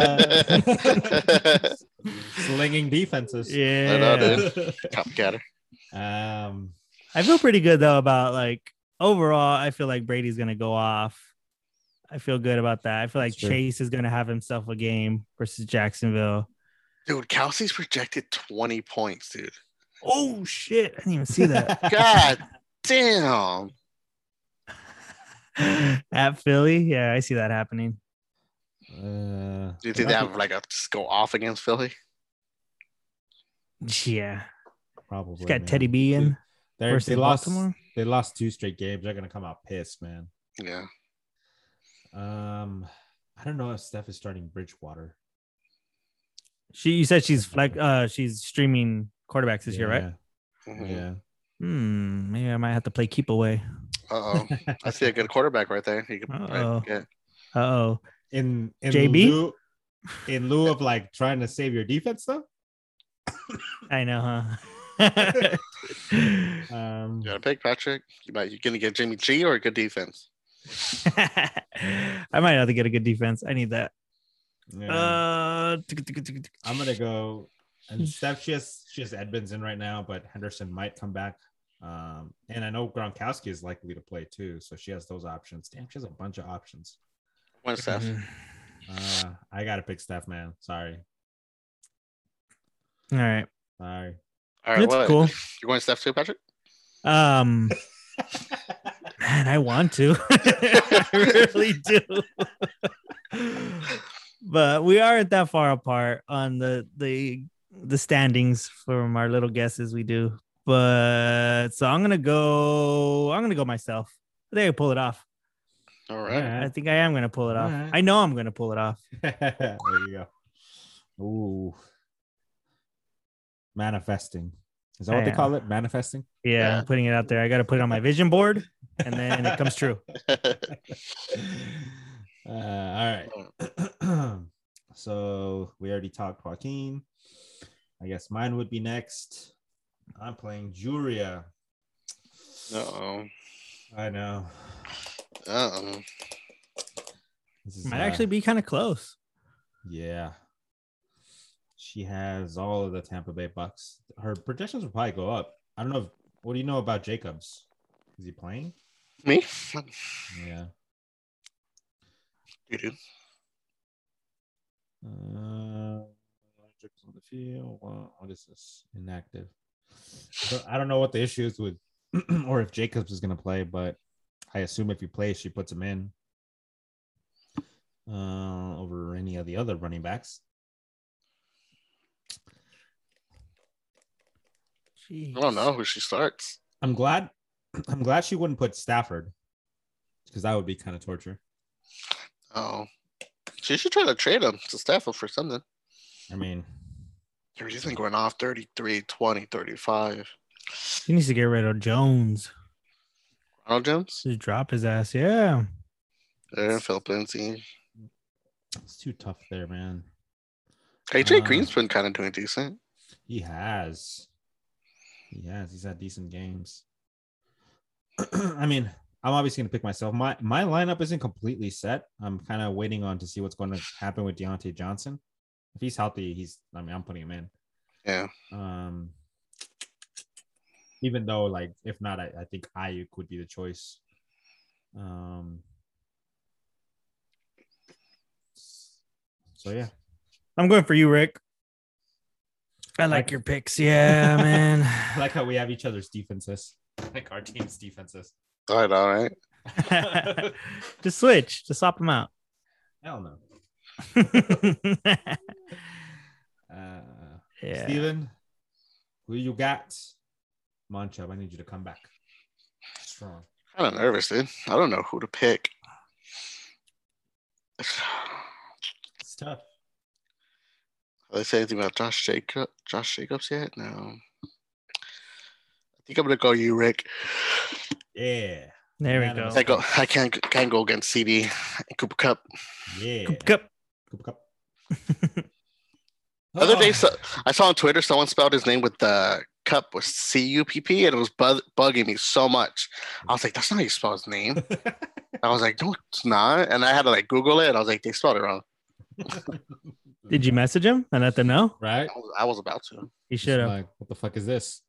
C: (laughs) Uh, slinging defenses.
E: Yeah.
D: know, dude. Top catter.
C: (laughs) Um,
E: I feel pretty good though about like overall. I feel like Brady's gonna go off. I feel good about that. I feel like
C: Sure.
E: Chase is gonna have himself a game versus Jacksonville.
D: Dude, Kelsey's projected 20 points, dude.
E: Oh shit! I didn't even see (laughs) that
C: (laughs)
D: God damn.
E: (laughs) at Philly. Yeah, I see that happening.
C: Uh,
D: Do you think they have like a just go off against Philly?
E: Yeah,
C: probably
E: he's got
C: man.
E: Teddy B in
C: They're-
E: versus
C: They lost.
E: Baltimore.
C: They lost two straight games. They're gonna come out pissed, man.
D: Yeah.
C: Um, I don't know if Steph is starting Bridgewater
E: She, you said she's flex. Uh, she's streaming quarterbacks this year, right?
D: Uh
C: Yeah.
E: Hmm. Maybe I might have to play keep away.
D: oh.
C: (laughs)
D: I see a good quarterback right there. You could
E: Uh-oh.
D: yeah.
E: Uh oh.
C: In in
E: JB?
C: lieu, in lieu of like trying to save your defense though.
E: I (laughs) know, huh?
C: Um,
D: You gotta pick Patrick. You might you gonna get Jimmy G or a good defense?
E: I might have to get a good defense. I need that.
C: yeah.
E: Uh, tick, tick, tick, tick, tick.
C: I'm gonna go and Steph. She has she has Edmonds in right now, but Henderson might come back. Um, and I know Gronkowski is likely to play too, so she has those options. Damn, she has a bunch of options.
D: One Steph.
E: Mm.
C: Uh, I gotta pick Steph, man. Sorry,
E: All right.
C: sorry.
D: All right,
E: That's
D: what?
E: cool.
D: You going Steph too, Patrick?
E: Um, man, I want to. (laughs) I really do. but we aren't that far apart on the the the standings from our little guesses we do. But so I'm gonna go. I'm gonna go myself. I think I pull it off.
D: All right.
E: I think I am gonna pull it off.
C: Alright.
E: I know I'm gonna pull it off.
C: (laughs) there you go. Ooh, manifesting. Is that what they
E: Yeah.
C: call it? Manifesting.
E: Yeah,
D: Yeah.
E: I'm putting it out there. I got to put it on my vision board, and then it comes true.
D: (laughs)
C: (laughs) Uh, all right. (clears throat) so we already talked Joaquin. I guess mine would be next. I'm playing Juria.
D: Uh-oh.
C: I know.
D: Uh-oh.
C: This is,
E: Might
C: uh,
E: actually be kind of close.
C: Yeah. She has all of the Tampa Bay Bucks. Her projections will probably go up. I don't know. If, what do you know about Jacobs? Is he playing?
D: Me?
C: Yeah.
D: You do.
C: Uh, Jacobs on the field. Well, What is this? Inactive. So I don't know what the issue is with, (clears throat) or if Jacobs is going to play, but I assume if he plays, she puts him in uh, over any of the other running backs.
D: I don't know who she starts.
C: I'm glad. (clears throat) I'm glad she wouldn't put Stafford because that would be kind of torture.
D: Oh. She should try to trade him to Stafford for something.
C: I mean,
D: Dude, he's been going off 33, 20, 35.
E: She needs to get rid of Jones.
D: Ronald Jones?
E: Just drop his ass. Yeah.
D: Yeah, Philip Lindsay.
C: it's too tough there, man.
D: AJ
E: Uh-huh.
C: Uh,
D: Green's been kind of doing decent.
C: He has. He has. He's had decent games. (clears throat) I mean, I'm obviously gonna pick myself. My my lineup isn't completely set. I'm kind of waiting on to see what's going to happen with Deontay Johnson. If he's healthy, he's. I mean, I'm putting him in.
D: Yeah.
C: Um. Even though, like, if not, I, I think Ayuk would be the choice. Um. So yeah,
E: I'm going for you, Rick. I
C: like
E: like your
C: (laughs)
E: picks. Yeah, man.
C: I like how we have each other's defenses, (laughs) like our team's defenses.
D: All right, all right.
E: just switch. Just swap him out. (laughs)
C: Hell no. Uh,
E: yeah.
C: Steven, who you got? Manchub, I need you to come back strong.
D: Kind of nervous, dude. I don't know who to pick. (sighs)
C: It's tough.
D: Have they said anything about Josh Jacob? Josh Jacobs yet? No. I think I'm gonna go you, Rick.
C: Yeah.
E: There we
C: Unanimous.
E: go.
D: I go. I can't can't go against CD and Cooper Cup.
C: Yeah.
E: Cup.
C: Cup, cup.
D: The other
E: Ah.
D: day,
C: Oh,
D: so, I saw on Twitter someone spelled his name with the cup was C U P P, and it was bug, bugging me so much. I was like, "That's not how you spell his name." I was like, "No, it's not." And I had to like Google it. And I was like, "They spelled it wrong."
E: Did you message him and let them know?
C: (laughs) right?
D: I was, I was about to.
E: You
C: Just
E: should have
C: like, what the fuck is this?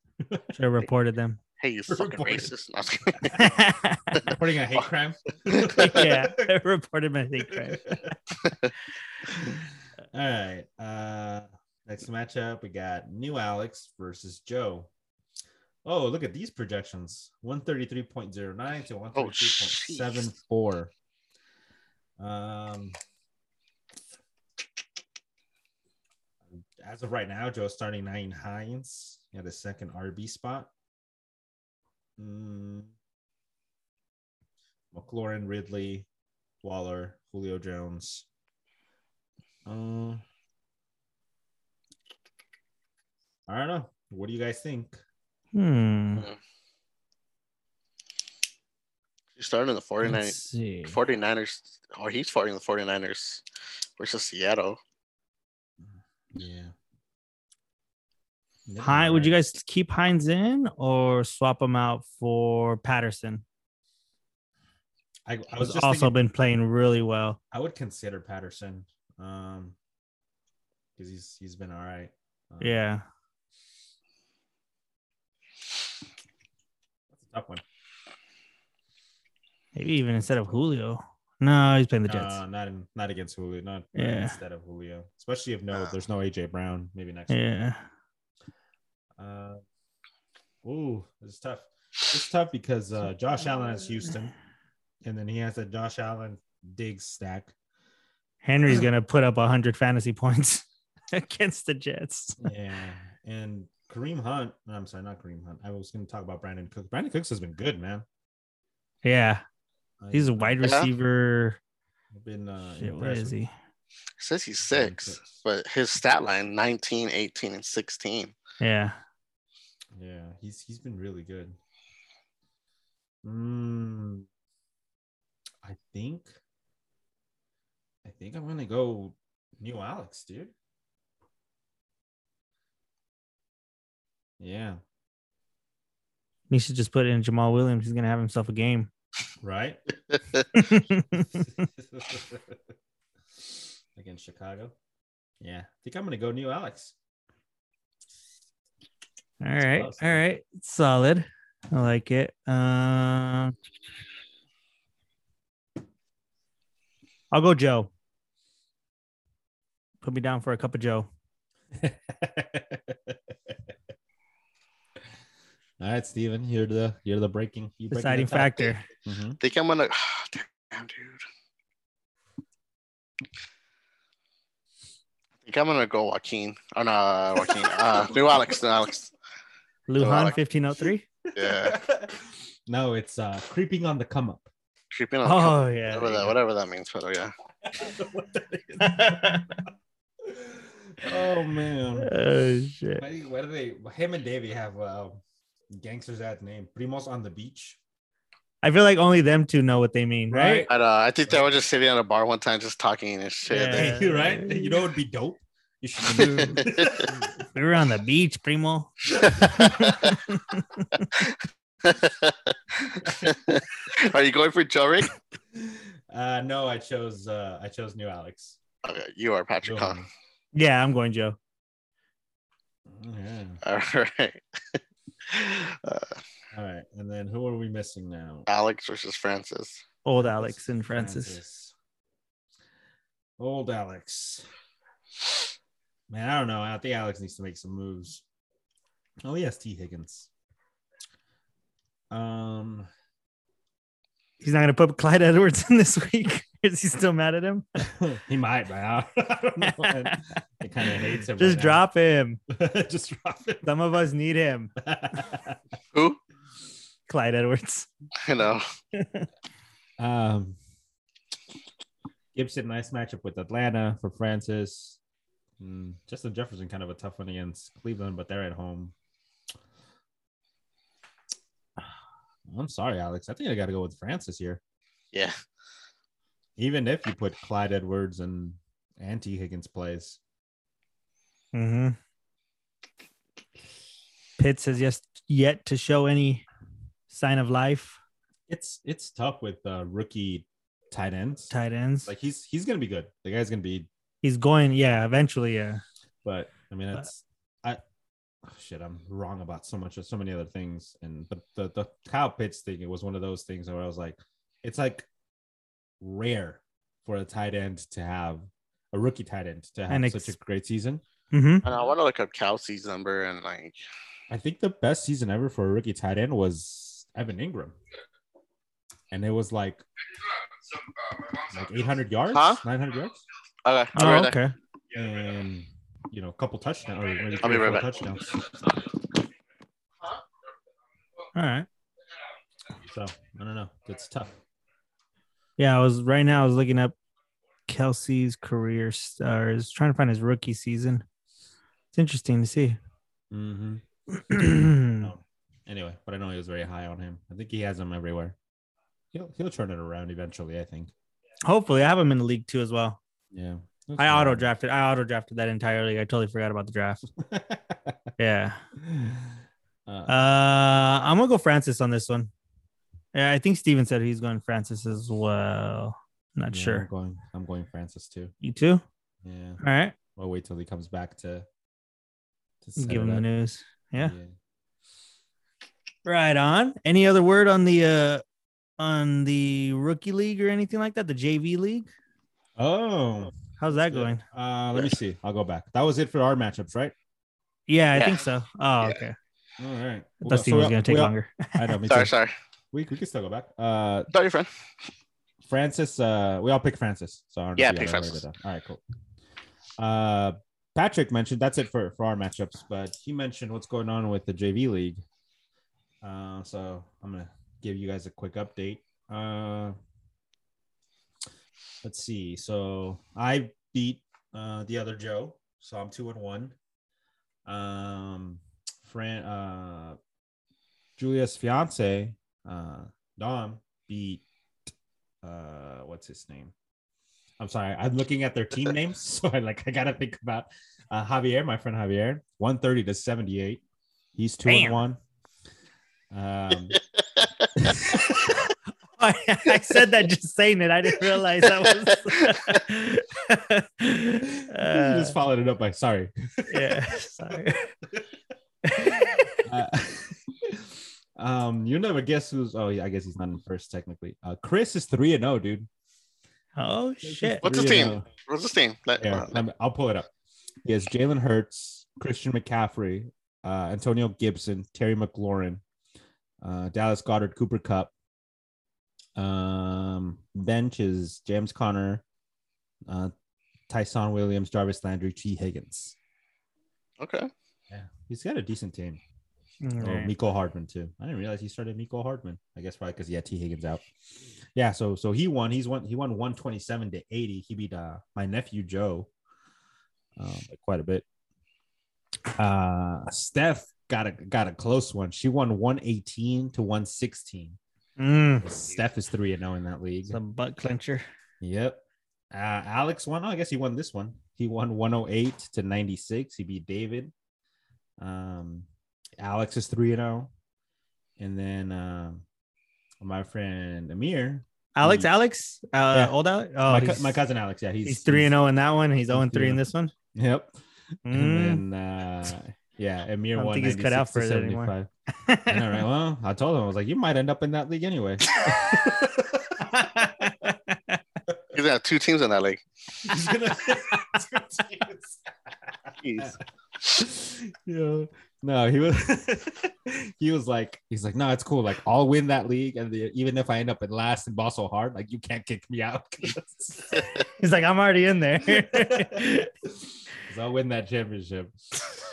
E: should have
C: (laughs)
E: reported them. (laughs)
D: Hey, you fucking
C: Reported.
D: racist! No, I was kidding. (laughs)
C: Reporting a hate (laughs) crime.
E: yeah, reported my hate crime.
C: (laughs) All right. Uh, next matchup, we got New Alex versus Joe. Oh, look at these projections: one thirty-three point zero nine to one thirty-three point seven four. Um, as of right now, Joe's starting nine Hines at a second RB spot. Mm. McLaurin, Ridley, Waller, Julio Jones. Uh, I don't know. What do you guys think?
E: Hmm.
D: You're starting in the 49,
E: Let's see.
D: 49ers, or he's starting the 49ers versus Seattle.
C: Yeah.
E: Hi, would you guys keep Hines in or swap him out for Patterson?
C: I, I was
E: Who's
C: just
E: also
C: also
E: been playing really well.
C: I would consider Patterson, um, because he's he's been all right. Um,
E: Yeah.
C: that's a tough one.
E: Maybe even instead of Julio. No, he's playing the Jets.
C: No, Uh, not in, not against Julio, not not
E: Yeah.
C: instead of Julio, especially if no,
D: Uh.
C: there's no AJ Brown. Maybe next. week.
E: yeah.
C: Uh, ooh, it's tough. It's tough because uh, Josh Allen has Houston, and then he has a Josh Allen Diggs stack. (laughs)
E: Henry's gonna put up hundred fantasy points (laughs) against the Jets.
C: Yeah, and Kareem Hunt. no, I'm sorry, not Kareem Hunt. I was going to talk about Brandon Cooks. Brandon Cooks has been good, man.
E: Yeah,
C: I-
E: he's a wide
D: Yeah.
E: receiver.
C: I've been uh,
E: Shit, where
C: impressed
E: is
C: with-
E: he?
D: says he's
C: Brandon
D: six,
C: Cooks.
D: but his stat line 19, 18, and (laughs) 16.
E: Yeah,
C: Yeah, he's he's been really good. Mm, I think I think I'm gonna go new Alex, dude. Yeah,
E: you should just put in Jamal Williams. He's gonna have himself a game.
C: (laughs)
E: (laughs)
C: right? (laughs)
E: yeah,
C: Against Chicago. Yeah, I think I'm gonna go new Alex.
E: All right.
C: close,
E: All
C: man.
E: right. Solid. I like it. Um I'll go Joe. Put me down for a cup of Joe.
C: (laughs) All right, Steven, you're the you're the breaking you breaking the
E: Deciding
C: tie.
E: factor.
C: Mhm.
D: think I'm gonna. (sighs) damn, dude. I think I'm gonna go Joaquin. Oh no, Joaquin.
E: (laughs)
D: Uh, new Alex. New Alex.
E: Luhan
D: like-
E: 1503. (laughs)
D: Yeah,
C: No, it's uh creeping on the come up.
D: creeping on.
E: Oh
D: whatever
E: yeah.
D: that, whatever that means. But yeah,
C: oh man.
E: Oh shit.
C: Why, do- why do they him and Davey have uh, gangsters that name? Primos on the beach.
E: I feel like only them two know what they mean, right?
D: I, uh, I think they were just sitting at a bar one time, just talking and shit.
E: Yeah.
C: Right? (laughs) You know it would be dope. You
E: (laughs)
C: should
E: We were on the beach, primo. (laughs)
D: (laughs) Are you going for Joe Rick?
C: uh no, I chose uh I chose new Alex.
D: Okay, Oh, you are Patrick.
E: Oh,
D: Huh?
E: Yeah, I'm going Joe.
C: Oh, Yeah.
D: All right. (laughs) Uh,
C: All right. And then who are we missing now?
D: Alex versus Francis.
E: Old Alex and Francis.
C: Old Alex. Man, I don't know. I think Alex needs to make some moves. Oh yes, T Higgins. Um, (laughs)
E: He's not gonna put Clyde Edwards (laughs) in this week. Is he still mad at
C: (laughs)
E: him?
C: he might, but (laughs) I don't know. man. It kind of hates him.
E: Just
C: right now.
E: drop him.
C: (laughs) Just drop it.
E: Some of us need him.
C: (laughs)
D: Who?
E: Clyde Edwards.
D: You know.
C: um, Gibson, nice matchup with Atlanta for Francis. Mm, Justin Jefferson, kind of a tough one against Cleveland, but they're at home. (sighs) I'm sorry, Alex. I think I got to go with Francis here.
D: Yeah.
C: Even if you put Clyde Edwards and Anti Higgins plays,
E: Mm-hmm. Pitts has yes yet to show any sign of life.
C: it's it's tough with uh, rookie tight ends.
E: Tight ends.
C: Like he's he's gonna be good. The guy's gonna be
E: He's going, yeah, eventually, yeah.
C: but I mean, it's I oh, shit. I'm wrong about so much, so many other things, and but the the Kyle Pitts thing, it was one of those things where I was like, it's like rare for a tight end to have a rookie tight end to have
E: And ex-
C: such a great season.
E: Mm-hmm.
D: And I want to look up Kelsey's number and like
C: I think the best season ever for a rookie tight end was Evan Ingram, and it was like like 800 yards,
D: Huh?
C: 900 yards,
D: okay. I'll
E: Oh,
D: be right back.
E: okay.
C: and you know, a couple touchdowns or maybe
D: I'll
C: three
D: be
C: or four
D: right back.
C: touchdowns.
E: All right.
C: So I don't know. That's tough.
E: Yeah, I was right now. I was looking up Kelsey's career stars, trying to find his rookie season. It's interesting to see. (clears throat)
C: Mm-hmm.
E: yeah,
C: Anyway, but I know he was very high on him. I think he has him everywhere. He'll he'll turn it around eventually. I think.
E: hopefully, I have him in the league too as well.
C: Yeah.
E: I auto drafted. I auto drafted that entirely. I totally forgot about the draft. Yeah.
C: (laughs) uh,
E: Uh, I'm gonna go Francis on this one. Yeah, I think Steven said he's going Francis as well. Not
C: yeah, I'm
E: sure.
C: going. I'm going Francis too.
E: You too.
C: Yeah.
E: All right.
C: I'll wait till he comes back to. to set
E: Give
C: it
E: him the
C: up.
E: news. Yeah. Right on. Any other word on the uh on the rookie league or anything like that? The JV league?
C: Oh,
E: How's that going?
C: uh, let me see. I'll go back. That was it for our matchups, right?
E: Yeah, I
D: Yeah.
E: think so. Oh, okay.
C: All right.
E: I
C: Well,
E: thought Steve
C: so
E: was
C: we-
E: gonna take
C: we- (laughs)
E: longer. (laughs)
C: I know. Me
D: Sorry,
C: too.
D: sorry.
C: We, we can still go back. Uh,
D: Sorry, friend.
C: Francis. Uh, we all pick Francis. So I don't know
D: Yeah,
C: if you
D: pick
C: already
D: Francis.
C: did that. All right, cool. Uh, Patrick mentioned that's it for for our matchups, but he mentioned what's going on with the JV league. Uh, so I'm gonna give you guys a quick update. Uh, let's see. So I beat uh, the other Joe, so I'm two and one. Um, Fran, uh, Julia's fiance, uh, Dom beat uh, what's his name? I'm sorry, I'm looking at their team names, (laughs) so I like I gotta think about uh, Javier, my friend Javier, 130 to 78. He's two
E: Damn.
C: and one.
D: (laughs)
C: Um,
E: I said that just saying it. I didn't realize (laughs) that was.
C: you (laughs) just followed it up by sorry.
E: Uh, yeah, sorry. (laughs)
C: Uh, (laughs) um, you never guess who's. Oh, yeah, I guess he's not in first technically. Uh, Chris is three and zero, dude.
E: oh
C: Chris is
E: shit!
D: What's his
C: 3 and
D: team?
C: 0.
D: What's his name? Let-
C: Yeah,
D: uh,
C: I'm- I'll pull it up. He has Jalen Hurts, Christian McCaffrey, uh, Antonio Gibson, Terry McLaurin, uh, Dallas Goddard, Cooper Cup. Um, bench is James Conner, uh, Tyson Williams, Jarvis Landry, T. Higgins.
D: okay.
C: Yeah, he's got a decent team.
E: All
C: Oh,
E: right.
C: Miko Hardman too. I didn't realize he started Miko Hardman. I guess probably because he had T Higgins out. Yeah, so so he won. He's won. He won one twenty seven to eighty. He beat uh, my nephew Joe um, by quite a bit. Uh, Steph got a got a close one. She won one eighteen to one sixteen.
E: Mm,
C: Steph is three and zero in that league.
E: it's a butt clencher.
C: Yep. Uh, Alex won. Oh, I guess he won this one. He won 108 to 96. He beat David. Um, Alex is 3 and 0. And then um, my friend Amir,
E: Alex,
C: Mm.
E: Alex, uh,
C: Yeah.
E: old Alex. Oh,
C: my,
E: he's,
C: cou- my cousin Alex. Yeah, he's,
E: he's three and oh. zero in that one. He's zero and three in
C: 3-0.
E: this one.
C: Yep.
E: Mm.
C: And then, uh, yeah, Amir
E: I don't
C: won.
E: think he's cut out
C: 96 to
E: for it anymore.
C: 75.
E: Mm.
C: I know, right? Well, I told him, I was like, you might end up in that league
E: (laughs)
C: anyway. (laughs)
D: He's got two teams in that league.
C: He's gonna-
D: Jeez.
C: (laughs) yeah. No, he was (laughs) he was like he's like, no, it's cool. Like I'll win that league. And the, even if I end up in last and ball so hard, like you can't kick me out. (laughs)
E: (laughs) He's like, I'm already in there.
C: So I'll win that championship.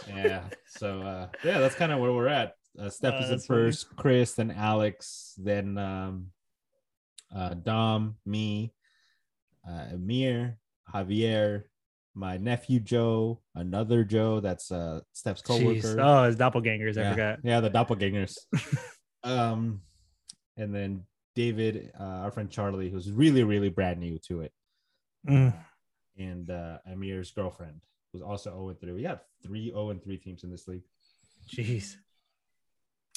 C: Yeah. So uh yeah, that's kind of where we're at. Uh, Steph
E: Oh,
C: is in
E: that's funny.
C: first, Chris, then Alex, then um uh Dom, me, uh Amir, Javier, my nephew Joe, another Joe that's uh Steph's (laughs) coworker.
E: Jeez. Oh, it's doppelgangers. I
C: yeah.
E: forgot.
C: Yeah, the doppelgangers.
E: (laughs)
C: um, and then David, uh, our friend Charlie, who's really, really brand new to it,
E: Mm.
C: and uh, Amir's girlfriend, who's also 0 and 3. We got three 0 and 3 teams in this league.
E: Jeez.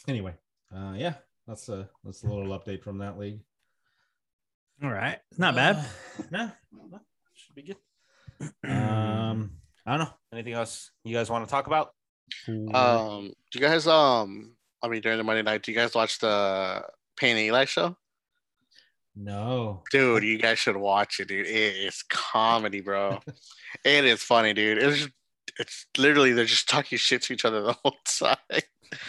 C: Anyway, uh, yeah, that's a that's a little update from that league.
E: All right. It's not bad.
C: no.
A: Uh, Should be good.
C: (clears throat) Um, I don't
A: Anything else you guys want to talk about?
C: know.
D: Um, do you guys um I mean during the Monday night, do you guys watch the Payne and Eli show?
C: no.
D: Dude, you guys should watch it, dude. It is comedy,
E: (laughs)
D: bro. it is funny, dude. It's just, it's literally they're just talking shit to each other the whole (laughs) time.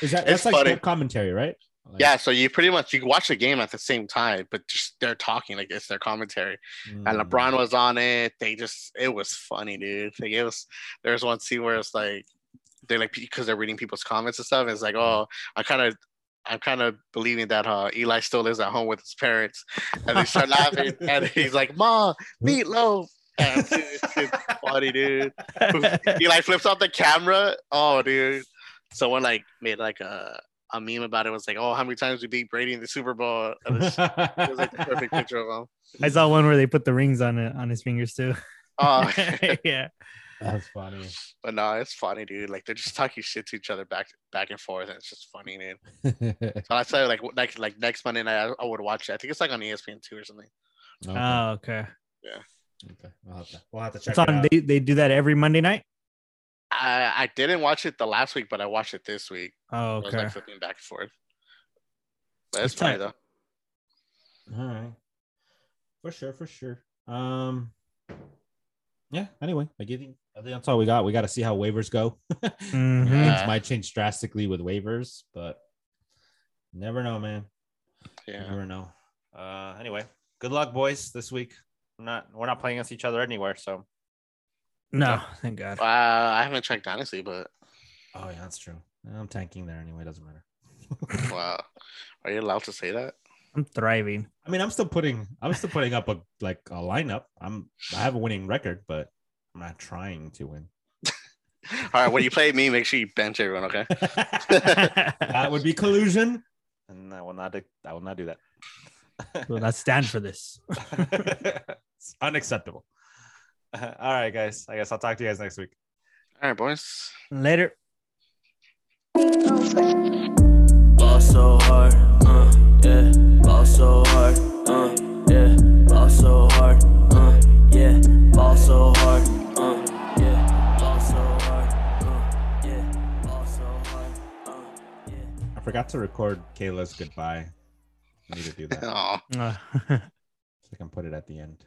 C: Is that
D: it's
C: that's like
D: funny.
C: their commentary, right? Like-
D: Yeah, so you pretty much you can watch the game at the same time, but just they're talking like it's their commentary. and
C: Mm.
D: LeBron was on it. They just it was funny, dude. Like it was there's one scene where it's like they're like because they're reading people's comments and stuff. And
C: Mm.
D: it's like, oh, I kind of I'm kind of believing that uh, Eli still lives at home with his parents, and they
C: (laughs)
D: start laughing, and he's like, "Ma, meatloaf." And it's, it's funny, dude. Eli flips off the camera. Oh, dude. Someone like made like a, a meme about it. It Was like, "Oh, how many times we beat Brady in the Super Bowl?" And it's- it was
C: (laughs)
D: like the (laughs) perfect picture of him.
E: (laughs) I saw one where they put the rings on it on his fingers too. (laughs)
D: Oh, (laughs)
E: yeah.
C: that's (laughs) funny.
D: But no, it's funny, dude. Like they're just talking shit to each other back back and forth, and it's just funny, dude. So I said like w- like like next Monday night, I, I would watch it. I think it's like on E ESPN two or something.
C: Okay.
E: Oh, okay.
C: Okay. We'll have to, Um, we'll have to check
E: It's
C: it
E: on.
C: out.
E: They, they do that every Monday night.
D: I I didn't watch it the last week, but I watched it this week.
E: Oh,
D: I was
E: okay.
D: like flipping back and forth. But it's
E: It's
D: funny
E: tight.
D: though.
C: All right. For sure, for sure. Um yeah, anyway, I give you I think that's all we got. We gotta see how waivers go. (laughs)
E: Mhm.
C: Things
D: Yeah.
C: might change drastically with waivers, but never know, man.
D: Yeah.
C: Never know.
A: Uh, anyway, good luck, boys, this week. We're not we're not playing against each other anywhere, so
E: No, thank God.
D: Uh, I haven't checked honestly, but
C: Oh yeah, that's true. I'm tanking there anyway, doesn't matter.
D: wow. Are you allowed to say that?
E: I'm thriving.
C: I mean, I'm still putting I'm still putting up a like a lineup. I'm I have a winning record, but I'm not trying to win. (laughs)
D: All right. When you play me, make sure you bench everyone. Okay.
C: that would be collusion.
A: and I will not I will not do
E: Will not stand for this.
A: that. (laughs) it's unacceptable. Uh, All right, guys. I guess I'll talk to you guys next week.
D: All right, boys.
E: Later.
G: Ball so hard, uh, yeah. Ball so hard, uh, yeah. Ball so hard, uh, yeah. Ball so hard, uh, yeah. Ball so hard, uh, yeah. Ball so hard, uh, yeah.
C: I forgot to record Kayla's goodbye. I need to do that.
D: Aw.
E: Uh, (laughs)
C: So I can put it at the end.